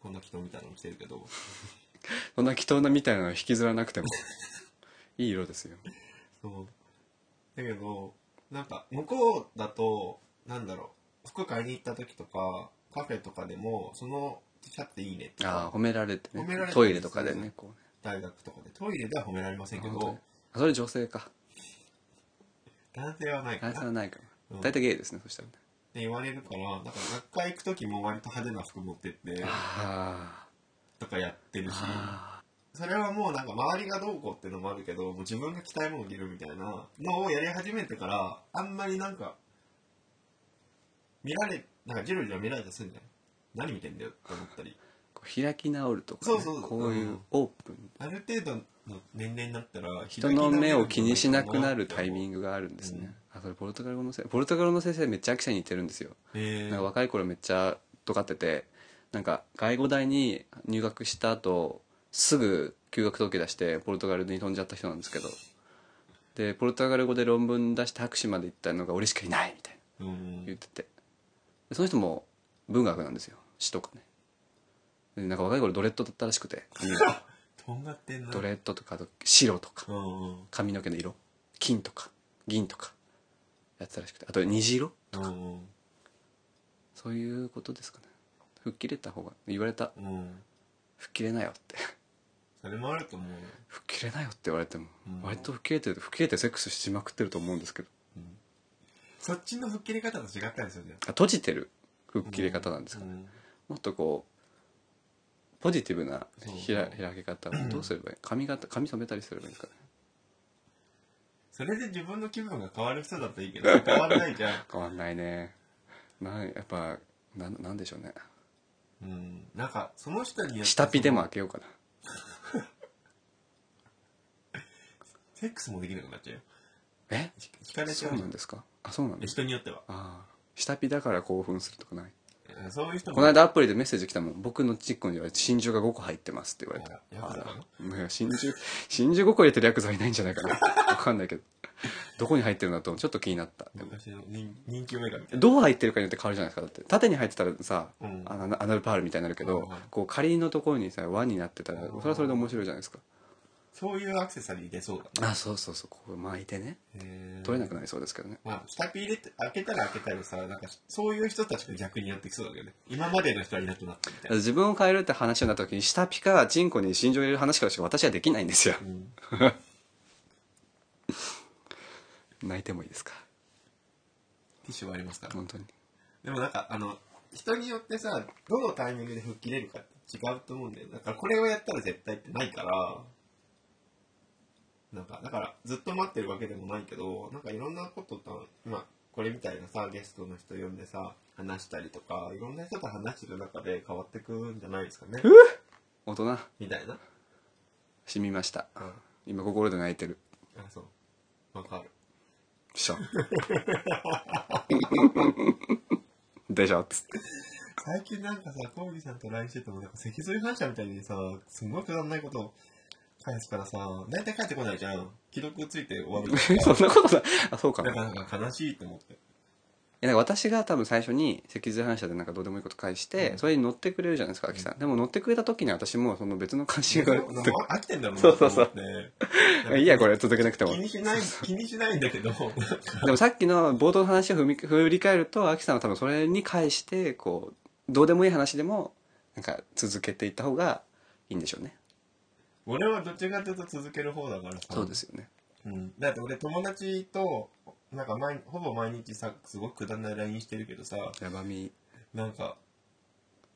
こんな人みたいなの着てるけど
そんな祈祷なみたいなの引きずらなく
[laughs]
てもいい色ですよ
そうだけどなんか向こうだとなんだろう服買いに行った時とかカフェとかでもその T シャツっていいねと
ああ
か
褒められて
褒められた
ね
り
トイレとかでねこ
大学とかでトイレでは褒められま
う
せ
ね
んけ
本当
ど
にあそれ女性か
男性はないか
男性
なっ
はないから、
うん
大体ゲイですねそしたらね
て言われるからなんか学会行く時も割と派手な服持ってって
あ
とかやってる
ー
し
あ
それはもうなんか周りがどうこうっていうのもあるけどもう自分が着たいものを着るみたいなのをやり始めてからあんまりなんか見られなんかジロジロ見られたりするんじゃない何見てんだよって思ったり
ーこう開き直るとか、ね、
そうそうそう
こういうオープン、
ある程度の年齢になったら
人の目を気にしなくなるタイミ
グ
ングがあるんですね、あそれポルトガル語のせいポルトガル語の先生めっちゃアキちゃんに似てるんですよ
え
なんか若い頃めっちゃ尖っててなんか外語大に入学した後すぐ休学届出してポルトガルに飛んじゃった人なんですけどでポルトガル語で論文出して博士まで行ったのが俺しかいないみたいな
ーうん
言っててでその人も文学なんですよ詩とかねでなんか若い頃ドレッドだったらしくて髪が
とんがってんな
ドレッドとかあと白とか
うんうん
髪の毛の色金とか銀とかやってたらしくてあと虹色
うん
そういうことですかね吹っ切れた方が言われた
うん
吹っ切れなよって [laughs]
それもあると思うよ
吹っ切れなよって言われても、
うん
割と吹っ切れてる吹っ切れてセックスしまくってると思うんですけど
そっちの吹っ切れ方と違ったりするじゃん
あ閉じてる吹っ切れ方なんですかね、
うん
もっとこうポジティブな
そう
ひら開け方を
[clears throat]
どうすればいい髪型髪染めたりすればいいんですかね
それで自分の気分が変わる人だといいけど変わらないじゃん
変わんないねなんやっぱなんなんでしょうね
うんなんかその人によって
下火でも開けようかな
セックスもできなくなっちゃうよ
え
ひ惹かれち
そ
ゃ
う
う
なんですかあそうなんです
人によっては
ああ下火だから興奮するとかない
うんそういう人も
この間アプリでメッセージ来たもん僕のチッコには真珠が5個入ってますって言われた
あヤクザか
あらいや真珠真珠5個入れてるヤクザいないんじゃないかな [laughs] わかんないけどどこに入ってるんだとちょっと気になったでも
昔の人人気女神みたいな
どう入ってるかによって変わるじゃないですかだって縦に入ってたらさ、
うん
あのアナルパールみたいになるけど、
うんうん
こう仮のところにさ輪になってたらそれはそれで面白いじゃないですか、
そういうアクセサリー出そうだ
あそうそうそうこう巻いてね
ね
取れなくなりそうですけどね、
まあ下ピ入れて開けたら開けたりさなんかそういう人たちが逆にやってきそうだけどね今までの人はいなくなったみたいな
自分を変えるって話になった時に下ピかチンコに心情を入れる話からしか私はできないんですよ
うん
泣いてもいいですか
ティッシュはありますから
本当に
でもなんかあの人によってさどのタイミングで吹っ切れるかって違うと思うんだよだからこれをやったら絶対ってないからなんかだからずっと待ってるわけでもないけどなんかいろんなことと今これみたいなさゲストの人呼んでさ話したりとかいろんな人と話してる中で変わってくんじゃないですかね
大人
みたいな
染みました
あ
今心で泣いてる
あそうわかる
で [laughs] しょでしょっつって
最近なんかさ、コウギさんと LINE してても、なんか脊髄反射みたいにさ、すごいくだらないことを返すからさ、大体返ってこないじゃん。既読ついて終わるか。
[laughs] そんなことないあそうからな
だか
い
らなんか悲しいと思って。
やなんか私が多分最初に脊髄反射でなんかどうでもいいこと返して、
うん
それに乗ってくれるじゃないですか秋さん、でも乗ってくれた時に私もうその別の関心が
なんか飽きてんだろうな
そうそうそう
と思って。
いやこれ続けなくても
気にしない、気にしないんだけど、 [laughs]
でもさっきの冒頭の話を振り振り返ると秋さんは多分それに返してこうどうでもいい話でもなんか続けていった方がいいんでしょうね
俺はどっちかというと続ける方だからさ。
そうですよね
うん、だって俺友達と、なんか毎ほぼ毎日さ、すごくくだらない LINE してるけどさ、
やばみ
なんか、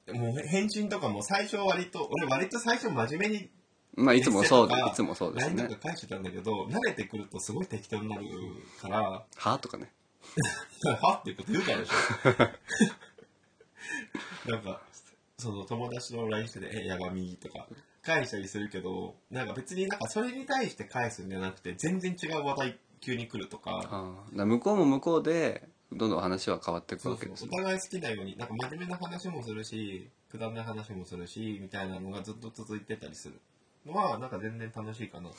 もう返信とかも最初割と、俺割と最初真面目に
まあいつもそうで
エッセイと
い
か
つもそうです
LINE
ね
とか返してたんだけど、慣れてくるとすごい適当になるから、
はとかね
はっていうこと言うからでしょ。 [laughs] なんか、その友達と LINE してて、え、やがみとか、返したりするけど、なんか別になんかそれに対して返すんじゃなくて、全然違う話題急に来るとか、
ああだから向こうも向こうでどんどん話は変わっていく
そう
わ
そ
け
う
です
お
ね
互い好きなように、なんか真面目な話もするし、くだらない話もするし、みたいなのがずっと続いてたりする。のはなんか全然楽しい
[laughs]
かなと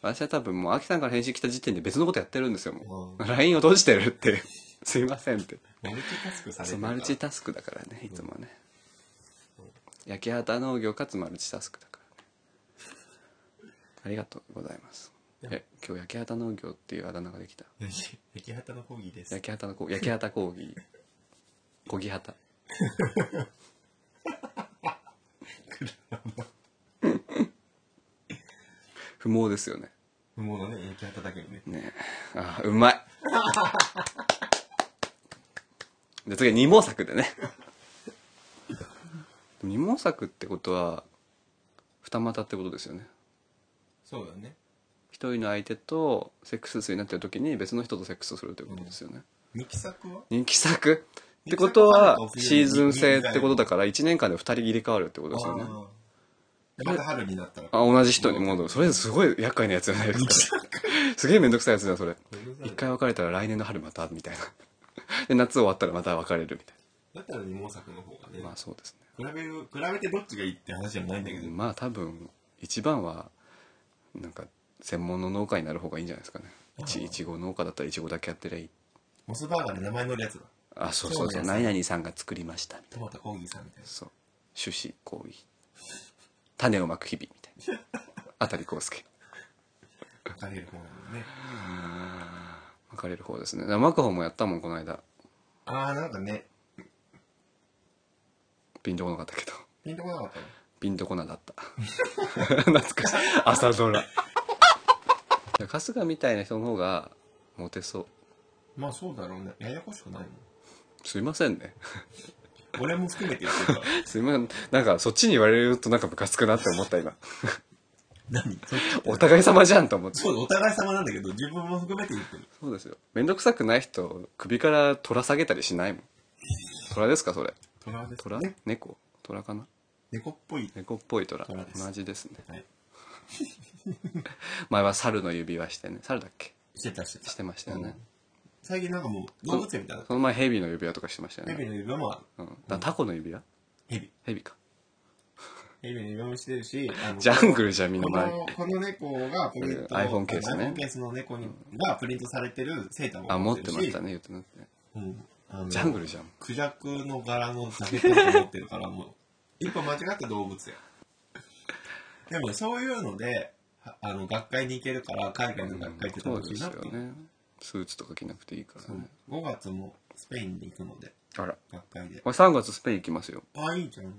私は多分もう、秋さんから返信来た時点で別のことやってるんですよ、も
思う
う。LINE を閉じてるって。 [laughs] すいませんって。
マルチタスクされて
そう、
るから
マルチタスクだからね、いつもね
うん。
焼き畑農業かつマルチタスクだからね。ありがとうございます。
いや
え、今日焼き畑農業っていうあだ名がで
[laughs]
きた。
焼き畑の講義です
焼き畑のこ、焼き畑講義。こぎ畑。不毛ですよね。
不毛だね焼き畑だけどね
ねえ。あー、うまい。で、次は二毛作でね。でも二毛作ってことは、二股ってことですよね。
そうだね
一人の相手とセックス数になってる時に別の人とセックスするということですよね。
二期作は
人気作ってことは
人気作は
シーズン制ってことだから1年間で2人入れ替わるってことですよね
ああでまた春になったら
あ同じ人に戻るそれすごい厄介なやつじゃないですか [laughs] すげえめんどくさいやつだそれ一回別れたら来年の春またみたいな [laughs] で夏終わったらまた別れるみたい
だったら二毛作の方がね、
なまあそうです
比べる比べてどっちがいいって話じゃないんだけど、
ねまあ多分一番はなんか専門の農家になる方がいいんじゃないですかねいちいちご農家だったらいちごだけやってりゃいい
モスバーガーで名前のるやつだ
あそうそう
そ
そうう
ね
何々さんが作りましたみたいな
トマト講義さんみたいな
そう種子行為種をまく日々みたいなあたりこうすけ
分かれる方なのね
まかれる方ですねまく方もやったもんこの間
ああなんかね
ピンとこなかったけど
ピンとこなかったの
ピンとこなだった懐かしい朝ドラいや春日みたいな人の方がモテそう
まあそうだろうねややこしくないもん
すいませんね
俺も含めて言ってるから
すいませんなんかそっちに言われるとなんかムカつくなって思った今
[laughs] 何そ
お互い様じゃんと思って
そうお互い様なんだけど自分も含めて言ってる
そうですよめんどくさくない人首から虎下げたりしないもん虎ですかそれ
虎です
虎、
ね
猫虎かな
猫っぽい
猫っぽい虎
虎です
同じですね
はい
[laughs] 前は猿の指輪してね猿だっけ
してたしてた
してましたよね、
うん最近なんかもう動物園みたいな
その前蛇の指輪とかしてましたよ
ヘビ
ね、
の指輪もある
うん、だからタコの指輪
ヘビ
蛇か
ヘビの指輪もしてるしあの
ジャングルじゃんみんな
こ
前
のこの猫がプリント
iPhone ケースね
iPhone ケースの猫にがプリントされてるセーター
あ
も持
持っ
って
て
るし
ましたね言ってなって
うんあの
ジャングルじゃん
クジャクの柄のジャケットを持ってるからもう一歩間違って動物やでもそういうのではあの学会に行けるから海外の学会って
そう
楽し
で
い
す
な
よ
と、
ねスーツとか着なくていいからね
5月もスペインに行くので
あら
学会で
俺3月スペイン行きますよ
あいいじゃん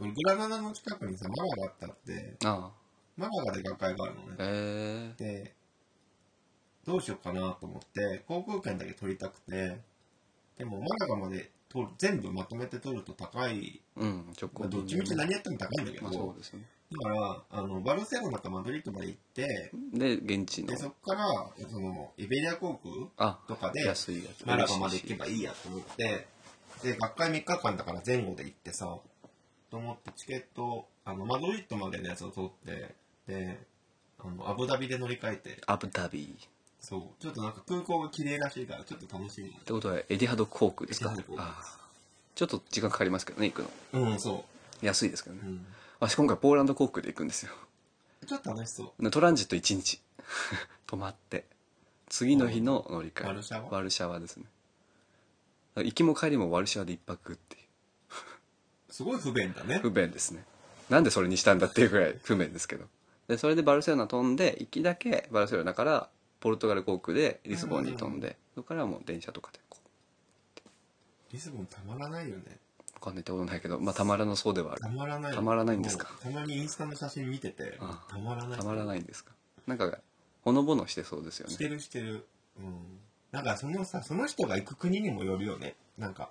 俺グラナダの近くにさマラガってあって
ああ
マラガで学会があるのね
ええ
でどうしようかなと思って航空券だけ取りたくてでもマラガまで取る全部まとめて取ると高い、
うん直
ま
行
あ、どっちみち何やっても高いんだけど、
まあそうですよね
だからあのバルセロナかマドリードまで行って
で現地の
でそこからそのイベリア航空
あ
とかで
安いやつ
マラガまで行けばいいやと思ってで学会3日間だから前後で行ってさと思ってチケットあのマドリードまでのやつを取ってであのアブダビで乗り換えて
アブダビーっ
そう。ちょっとなんか空港が綺麗らしいから、ちょっと楽しみ。
てことはエディハド航空ですか
エディハド航空
ああちょっと時間かかりますけどね行くの
うん、そ
安いですけど
う。
ね私今回ポーランド航空で行くんですよ
ちょっと楽しそう。
トランジット1日 [laughs] 泊まって次の日の乗り換え
ワルシャワ
ワルシャワですねだから行きも帰りもワルシャワで一泊っていう
すごい不便だね。
不便ですねなんでそれにしたんだっていうぐらい不便ですけどでそれでバルセロナ飛んで行きだけバルセロナからポルトガル航空でリスボンに飛んでそこからはもう電車とかでこう
リスボンたまらないよね。
お金ってことないけどまあたまらなそうではある
たまらない。
たまらないんですか
もうたまにインスタの写真見てて
あ、あ
たまらない。。
たまらないいんですかなんかほのぼのしてそうですよ
して
ね
るしてる。うん。なんかそのさ、その人が行く国にもよるよね。なんか、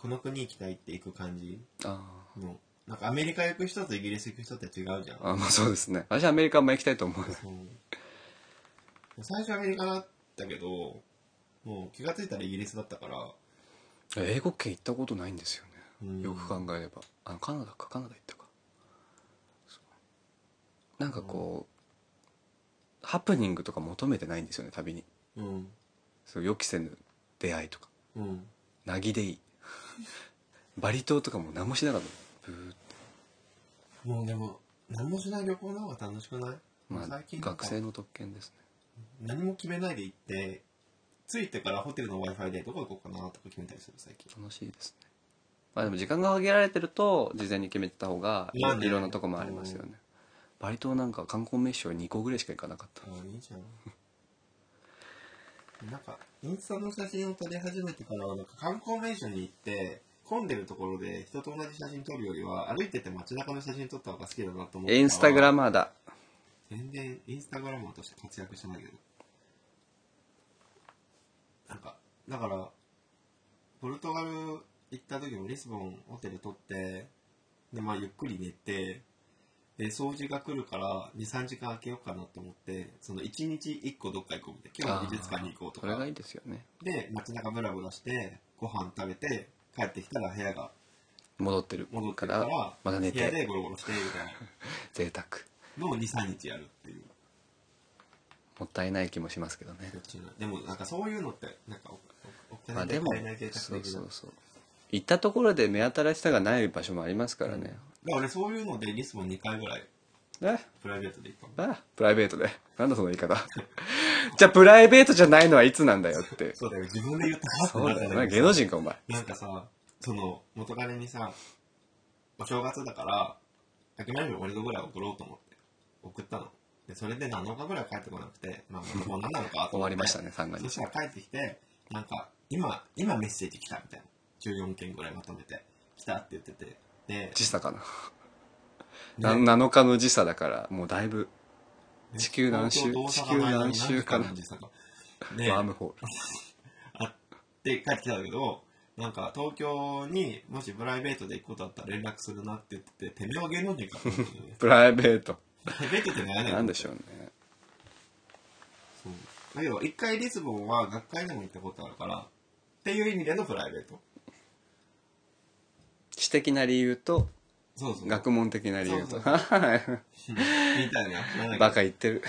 この国行きたいって行く感じ
あ
の。なんかアメリカ行く人とイギリス行く人って違うじゃん。
ああまあそうですね私アメリカあんま行きたいと思う
そう最初アメリカだったけど、もう気がついたらイギリスだったから、
[laughs] 英語圏行ったことないんですよね
うん
よく考えればあカナダかカナダ行ったかそうなんかこうハプニングとか求めてないんですよね旅に
うん。
そう予期せぬ出会いとか
うん。
なぎで [laughs] いいバリ島とかも何もしなかったブーって
もうでも、何もしない旅行の方が楽しくない、
まあ
最近なんか
学生の特権ですね
何も決めないで行って着いてからホテルの w i f i でどこ行こうかなとか決めたりする最近
楽しいですねまあでも時間が限られてると事前に決めてた方がい
まあね
ろんなとこもありますよねバリ島なんか観光名所2個ぐらいしか行かなかった
ああいいじゃん [laughs] なんかインスタの写真を撮り始めてからはなんか観光名所に行って混んでるところで人と同じ写真撮るよりは歩いてて街中の写真撮った方が好きだなと思って
インスタグラマーだ
全然インスタグラマーとして活躍してないけどなんかだからポルトガル行った時もリスボンホテル取ってでまあゆっくり寝てで掃除が来るから23時間空けようかなと思ってその1日1個どっか行こうみたいな今日は美術館に行こうと
それが
か
いいですよね
で街中ブラブラしてご飯食べて帰ってきたら部屋が
戻ってる
戻って
か
るから
らまた寝
部屋で
て
ゴロゴロしてみたい
贅沢
なのを23日やるっていう。
もったいない気もしますけどね
どっちのでもなんかそういうのってなんかおおお
ま
金
あで
で
も
買えない贅
そ
沢
う
的なだ
そう
か
そう行ったところで目新しさがない場所もありますからね、
ら俺そういうのでリスボン2回ぐらい
え
プライベートで行ったの
あプライベートでなんだその言い方 [laughs] じゃあプライベートじゃないのはいつなんだよって
そうだよ自分で言った
そうだよな
なん
芸能人かお前
[laughs] なんかさその元彼にさお正月だから諦める俺のぐらい送ろうと思って送ったのでそれで7日ぐらい帰ってこなくてまあもう何なのかと思って
終わりましたね三が
そ
日
したら帰ってきて、なんか、今、今メッセージ来たみたいな。14件ぐらいまとめて、来たって言ってて。で、
時差かな、
ね
な7日の時差だからもうだいぶ地球何周
東京と大阪の間に
地球何周かな
何時間の時差かで、
ワームホール
あって帰ってきたんだけど、なんか東京にもしプライベートで行くことあったら連絡するなって言ってて、てめえは芸能人かと思ったよね
プライベート
プライベートって何やねん。
なんでしょうね
そうだけど、一回リスボンは学会でも行ったことあるから、っていう意味でのプライベート。
知的な理由と
そうそう。
学問的な理由
そ
と
うそみたいな。なんだっけ
[laughs] バカ言ってる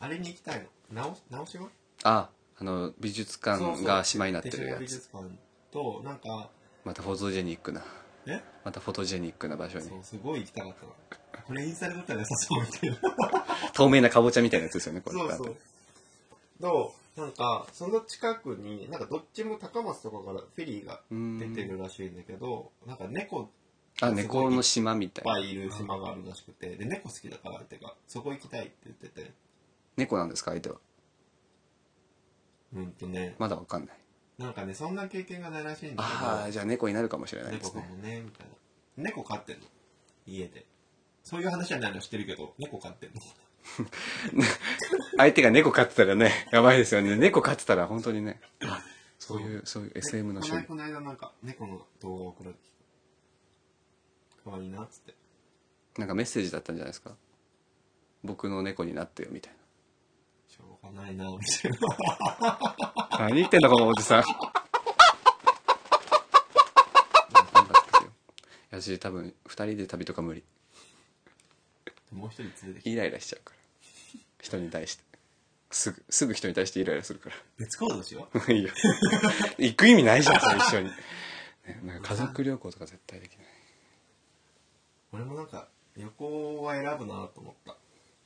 あれに行きたいの。直し、直しは
ああの美術
そうそ
館
う
が島になってるや
手島美
つ
術館となんか
またフォトジェニックな
え
またフォトジェニックな場所に
そうすごい行きたかったのこれインスタで撮ったら良さそうみたいな
透明なかぼちゃみたいなやつですよねこれ
そうそうとなんかその近くになんかどっちも高松とかからフェリーが
うーん
出てるらしいんだけどなんか猫いっ
あ猫の島みたいな
ぱいいる島があるらしくてで猫好きだからってかそこ行きたいって言ってて
猫なんですか相手は
うんとね
まだわかんない
なんかねそんな経験がないらしいんだ
ああじゃあ猫になるかもしれ
けど
ないで
猫
す
か
ね
もねみたいな猫飼ってんの家でそういう話はないの知ってるけど猫飼ってんの
相手が猫飼ってたら [laughs] ねやばいですよね猫飼ってたら本当にねあそういうそういう SM の
こ
種
の
類
この間なんか猫の動画を送られてきた可愛いなっつって
なんかメッセージだったんじゃないですか僕の猫になってよみたい
しょうがないなみたいな
な [laughs] 何言ってんだこのおじさんいやし多分二人で旅とか無理
もう一人連れてきて
イライラしちゃうから人に対してすぐすぐ人に対してイライラするから [laughs]
別行動しよう
いい [laughs] よ。行く意味ないじゃん、それ一緒に。ねなんか家族旅行とか絶対できない。
俺もなんか旅行は選ぶなと思った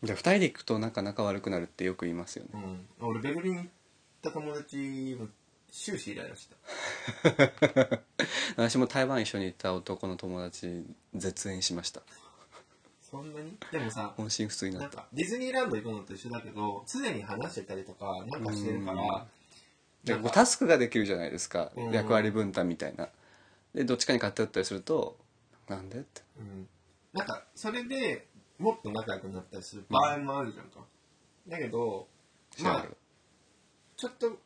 じゃあ二人で行くとなんか仲悪くなるってよく言いますよね。
うん俺ベルリン行った友達も終始イライラした
[laughs] 私も台湾一緒に行った男の友達、絶縁しました。
そんなにでもさ
音信不通にな
なん
った。
かディズニーランド行くのと一緒だけど常に話してたりとかなんかしてるから
で
なん
こう
か
タスクができるじゃないですか
うん。
役割分担みたいな。で、どっちかに偏ったりすると、なんでって。
うんなんかそれでもっと仲良くなったりする場合もあるじゃんか、だけど
知ら
ま
な
あ
いけど
ちょっと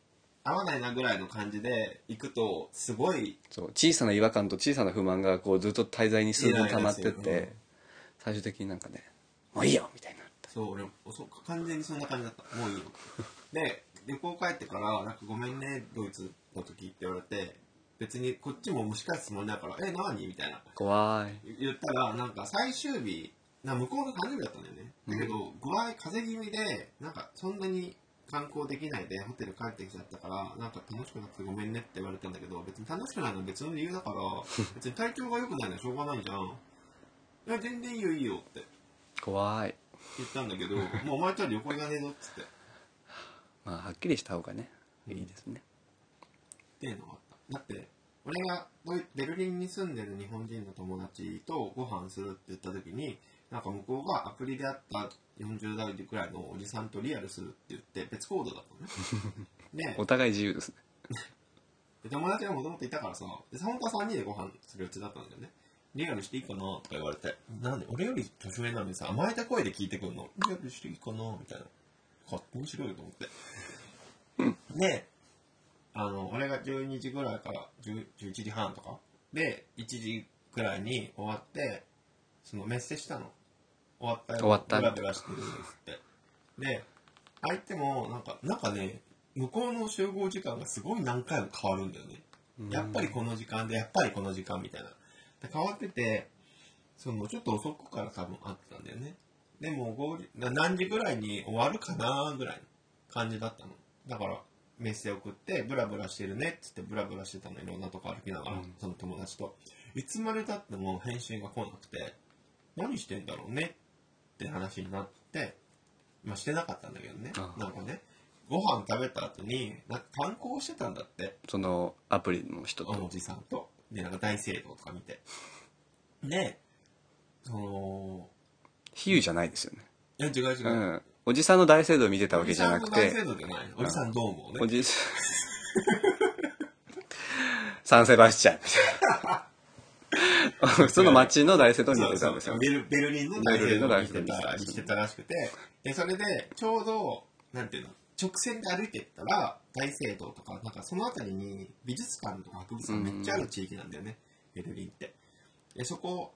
合わないなぐらいの感じで行くとすごい
そう、小さな違和感と小さな不満がこうずっと滞在に数分溜まってっ
イライラするうん
て、最終的になんかね、もういいよみたいになった。
そう俺そう完全にそんな感じだったもういいよで旅行帰ってから「なんかごめんねドイツの時」って言われて別にこっちも蒸し返すつもりだから「え何?」みたいな
怖い。
言ったらなんか最終日な向こうの誕生日だったんだよねだけど具合風邪気味でなんかそんなに観光できないでホテル帰ってきちゃったからなんか楽しくなくてごめんねって言わ
[laughs]
れたんだけど別に楽しくないのは別の理由だから別に体調が良くないのはしょうがないじゃんいや全然いいよいいよって
怖い
言ったんだけどもうお前とは旅行行かねえぞっつってっ
まあはっきりした方がねいいですね、
ていうのがあっただって俺がドイベルリンに住んでる日本人の友達とご飯するって言った時になんか向こうがアプリで会った40代くらいのおじさんとリアルするって言って別行動だった
[laughs]
のねで
お互い自由ですね
で友達がもともといたからさ、で本当は3人でご飯する予定だったんだよね。リアルしていいかなとか言われて。なんで、俺より年上なのにさ、甘えた声で聞いてくるの。リアルしていいかなみたいな。勝手にしろよと思って。で、あの、俺が12時ぐらいから10 11時半とかで、1時ぐらいに終わって、そのメッセしたの。終わったよ。
終わった
ブラブラしてるんですって。で、相手もなんか、なんかね、向こうの集合時間がすごい何回も変わるんだよね。やっぱりこの時間で、やっぱりこの時間みたいな。で変わってて、そのちょっと遅くから多分あったんだよね。でも合理な何時ぐらいに終わるかなぐらいの感じだったの。だから、メッセ送って、ブラブラしてるねっつってブラブラしてたの、いろんなとこ歩きながら、
うん
その友達と。いつまで経っても返信が来なくて、何してんだろうねって話になって、まあしてなかったんだけどね
あ。あ
なんかね、ご飯食べた後に、なんか観光してたんだって。
そのアプリの人
あの
と
おじさんと、で、なんか大聖堂とか見て。で、その、
比喩じゃないですよね、
いや、違う違う。
うん、おじさんの大聖堂を見てたわ
お
け
じ
じゃ
さん
な
の
く
大聖
て
堂じゃない。おじさんどう思う
お
ね。
じさんサンセバス
[laughs]
チャンみたいな普通の街の大聖堂に似てたんですよ
ベルベルリンの大聖堂にしてたしてたらしくて、で、それで、ちょうど、なんていうの、直線で歩いてったら、大聖堂とか、なんかその辺りに美術館とか博物館めっちゃある地域なんだよね、ベルリンって。で、そこ、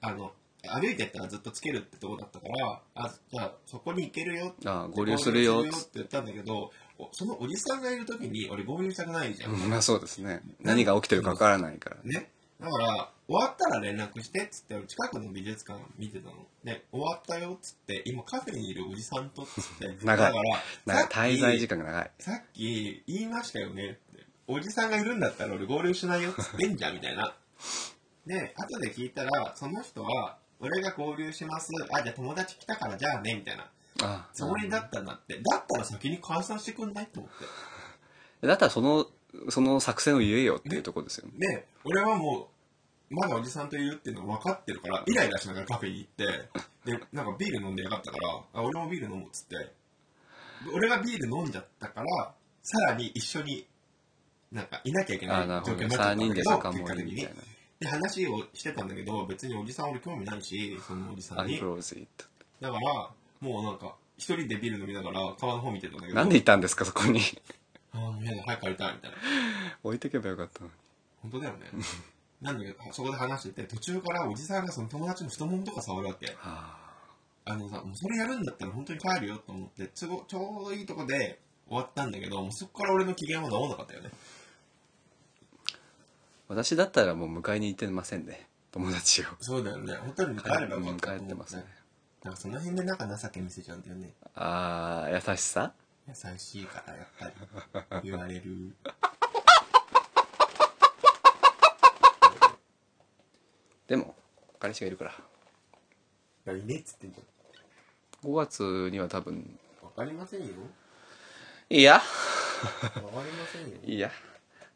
あの、歩いてったらずっとつけるってとこだったから、あ、じゃあそこに行けるよ
ああ合流するよ
合流すって言ったんだけど、おそのおじさんがいる時に俺合流したくないじゃん。
うんまあそうですね何が起きてるかわからないから
ね。だから、終わったら連絡してっつって、近くの美術館見てたの。で、終わったよっつって、今カフェにいるおじさんとっつって。
[laughs] い
だから、
なんか
さっき
滞在時間が長い
さっき言いましたよねって。おじさんがいるんだったら俺合流しないよっつってんじゃん、みたいな。で、後で聞いたら、その人は、俺が合流します。あ、じゃあ友達来たからじゃあね、みたいな。
ああ
つもりだったんだって。だったら先に換算してくんないと思って。
だったらそのその作戦を言えよっていうところですよね
で、俺はもう、まだおじさんといるっていうのは分かってるから、イライラしながらカフェに行って、で、なんかビール飲んでやがったから、あ、俺もビール飲むっつって、で俺がビール飲んじゃったから、さらに一緒に、なんかいなきゃいけ
あ
な
あ
い
なるほ
状況
ど
になっちゃった
3
んだけ
人で
ど、
仲
結果
盛
的
りみ
に
たい。
で、話をしてたんだけど、別におじさん俺興味ないし、そのおじさ
なんアン
に
プ。ローズイッ
だから、もうなんか、一人でビール飲みながら川の方見てたんだけど、
トなんでいたんですかそこに [laughs]
ああ、もうやだ、早く帰りたい、みたいな。
置いてけばよかったのに
本当だよ [laughs] ね。なんだけど、そこで話してて、途中からおじさんがその友達の太ももとか触るわけ。
あ
あのさ、もうそれやるんだったら本当に帰るよと思って、ちょちょうどいいとこで終わったんだけど、もうそこから俺の機嫌は治んなかったよね。
あ私だったらもう迎えに行ってませんね友達を
そうだよね。ホテルに帰ればよかった
迎え
と
て
思
ま
って。
すね
なんかその辺でなんか情け見せちゃうんだよね。
ああ優しさ
優しいからやっぱり言われる。
でも彼氏がいるから
いやいねっつってんじゃ
5月には多分
ん。わかりませんよ。
いや
わかりませ [laughs] んよ。
いや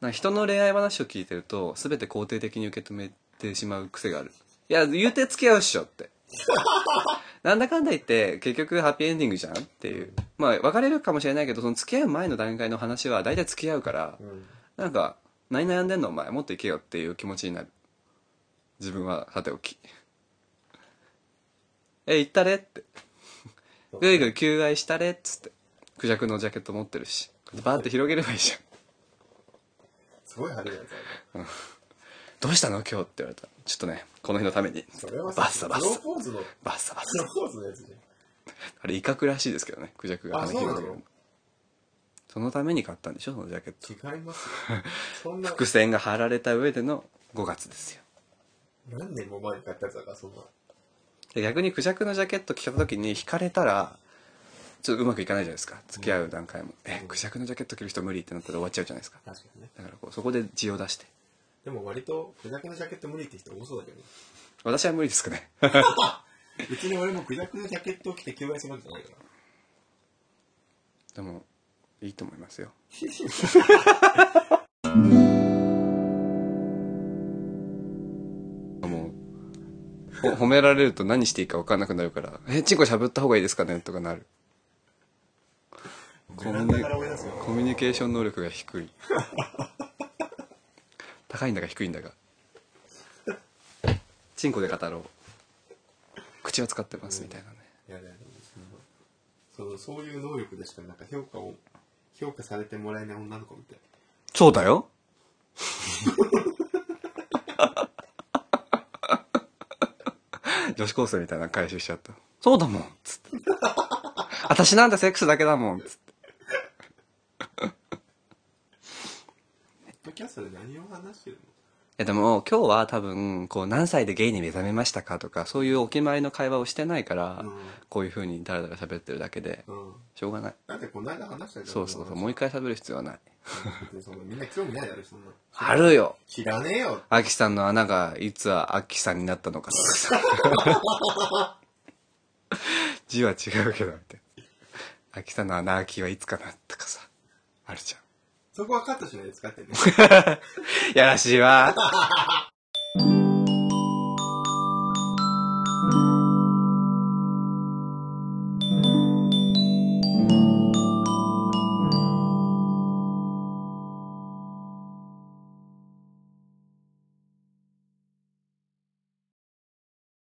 なんか人の恋愛話を聞いてると全て肯定的に受け止めてしまう癖があるいや言うて付き合うっしょって [laughs] なんだかんだ言って結局ハッピーエンディングじゃんっていうまあ別れるかもしれないけどその付き合う前の段階の話は大体付き合うから
うん。
なんか何悩んでんのお前もっといけよっていう気持ちになる自分はさておきえ行ったれってぐいぐい求愛したれっつってクジャクのジャケット持ってるしバーって広げればいいじゃん
すごい派手なやつ
どうしたの今日って言われたらちょっとねこの日のために
ある。それは
バッサバッサ
ポーズの、プ
バッサバッサ
ロポーズのやつじゃん。
あれ威嚇らしいですけどねクジャクが
あそうなの
げるそのために買ったんでしょそのジャケット
違います
[laughs]
よそんな
伏線が張られた上での5月ですよ
何年も前に買ったやつだからそんな
で逆にクジャクのジャケット着た時に引かれたらちょっとうまくいかないじゃないですか付き合う段階も、えクジャクのジャケット着る人無理ってなったら終わっちゃうじゃないですか
確かにね
だからこうそこで字を出して
でも割とクジャクのジャケット無理って人多そうだけどね
私は無理ですかね [laughs]
別に俺もクジャクのジャケットを着て共演するんじゃないよな
でもいいと思いますよ [laughs] もうほ褒められると何していいか分かんなくなるから「えチンコしゃぶった方がいいですかね?」とかなるコ
ベラ
ミュ
ン
ニ
ダから追い出すよ
コミュニケーション能力が低い [laughs] 高いんだか低いんだかチンコで語ろう口は使ってますみたいなね
いやいやでもそのそうそういう能力でしかなんか評価を評価されてもらえない女の子みたい
そうだよ [laughs] 女子高生みたいな回収しちゃったそう [laughs] だもんつって私なんてセックスだけだもんつって
ポッドキャストで何を話してる
いやでも今日は多分こう何歳でゲイに目覚めましたかとかそういうお決まりの会話をしてないから、
の
こういうふうにダラダラ喋ってるだけで
うんうん
しょうがない
だってこの間話したじゃん
そうそうそうもう一回喋る必要はない
別にそんなみんな興味ないやろそんな
あるよ
知らねえよ
アキさんの穴がいつはアキさんになったのかとか [laughs] さ字は違うけどみたいなアキさんの穴アキはいつかなとかさあるじゃん
そこはカットしないで使ってね
やらしいわ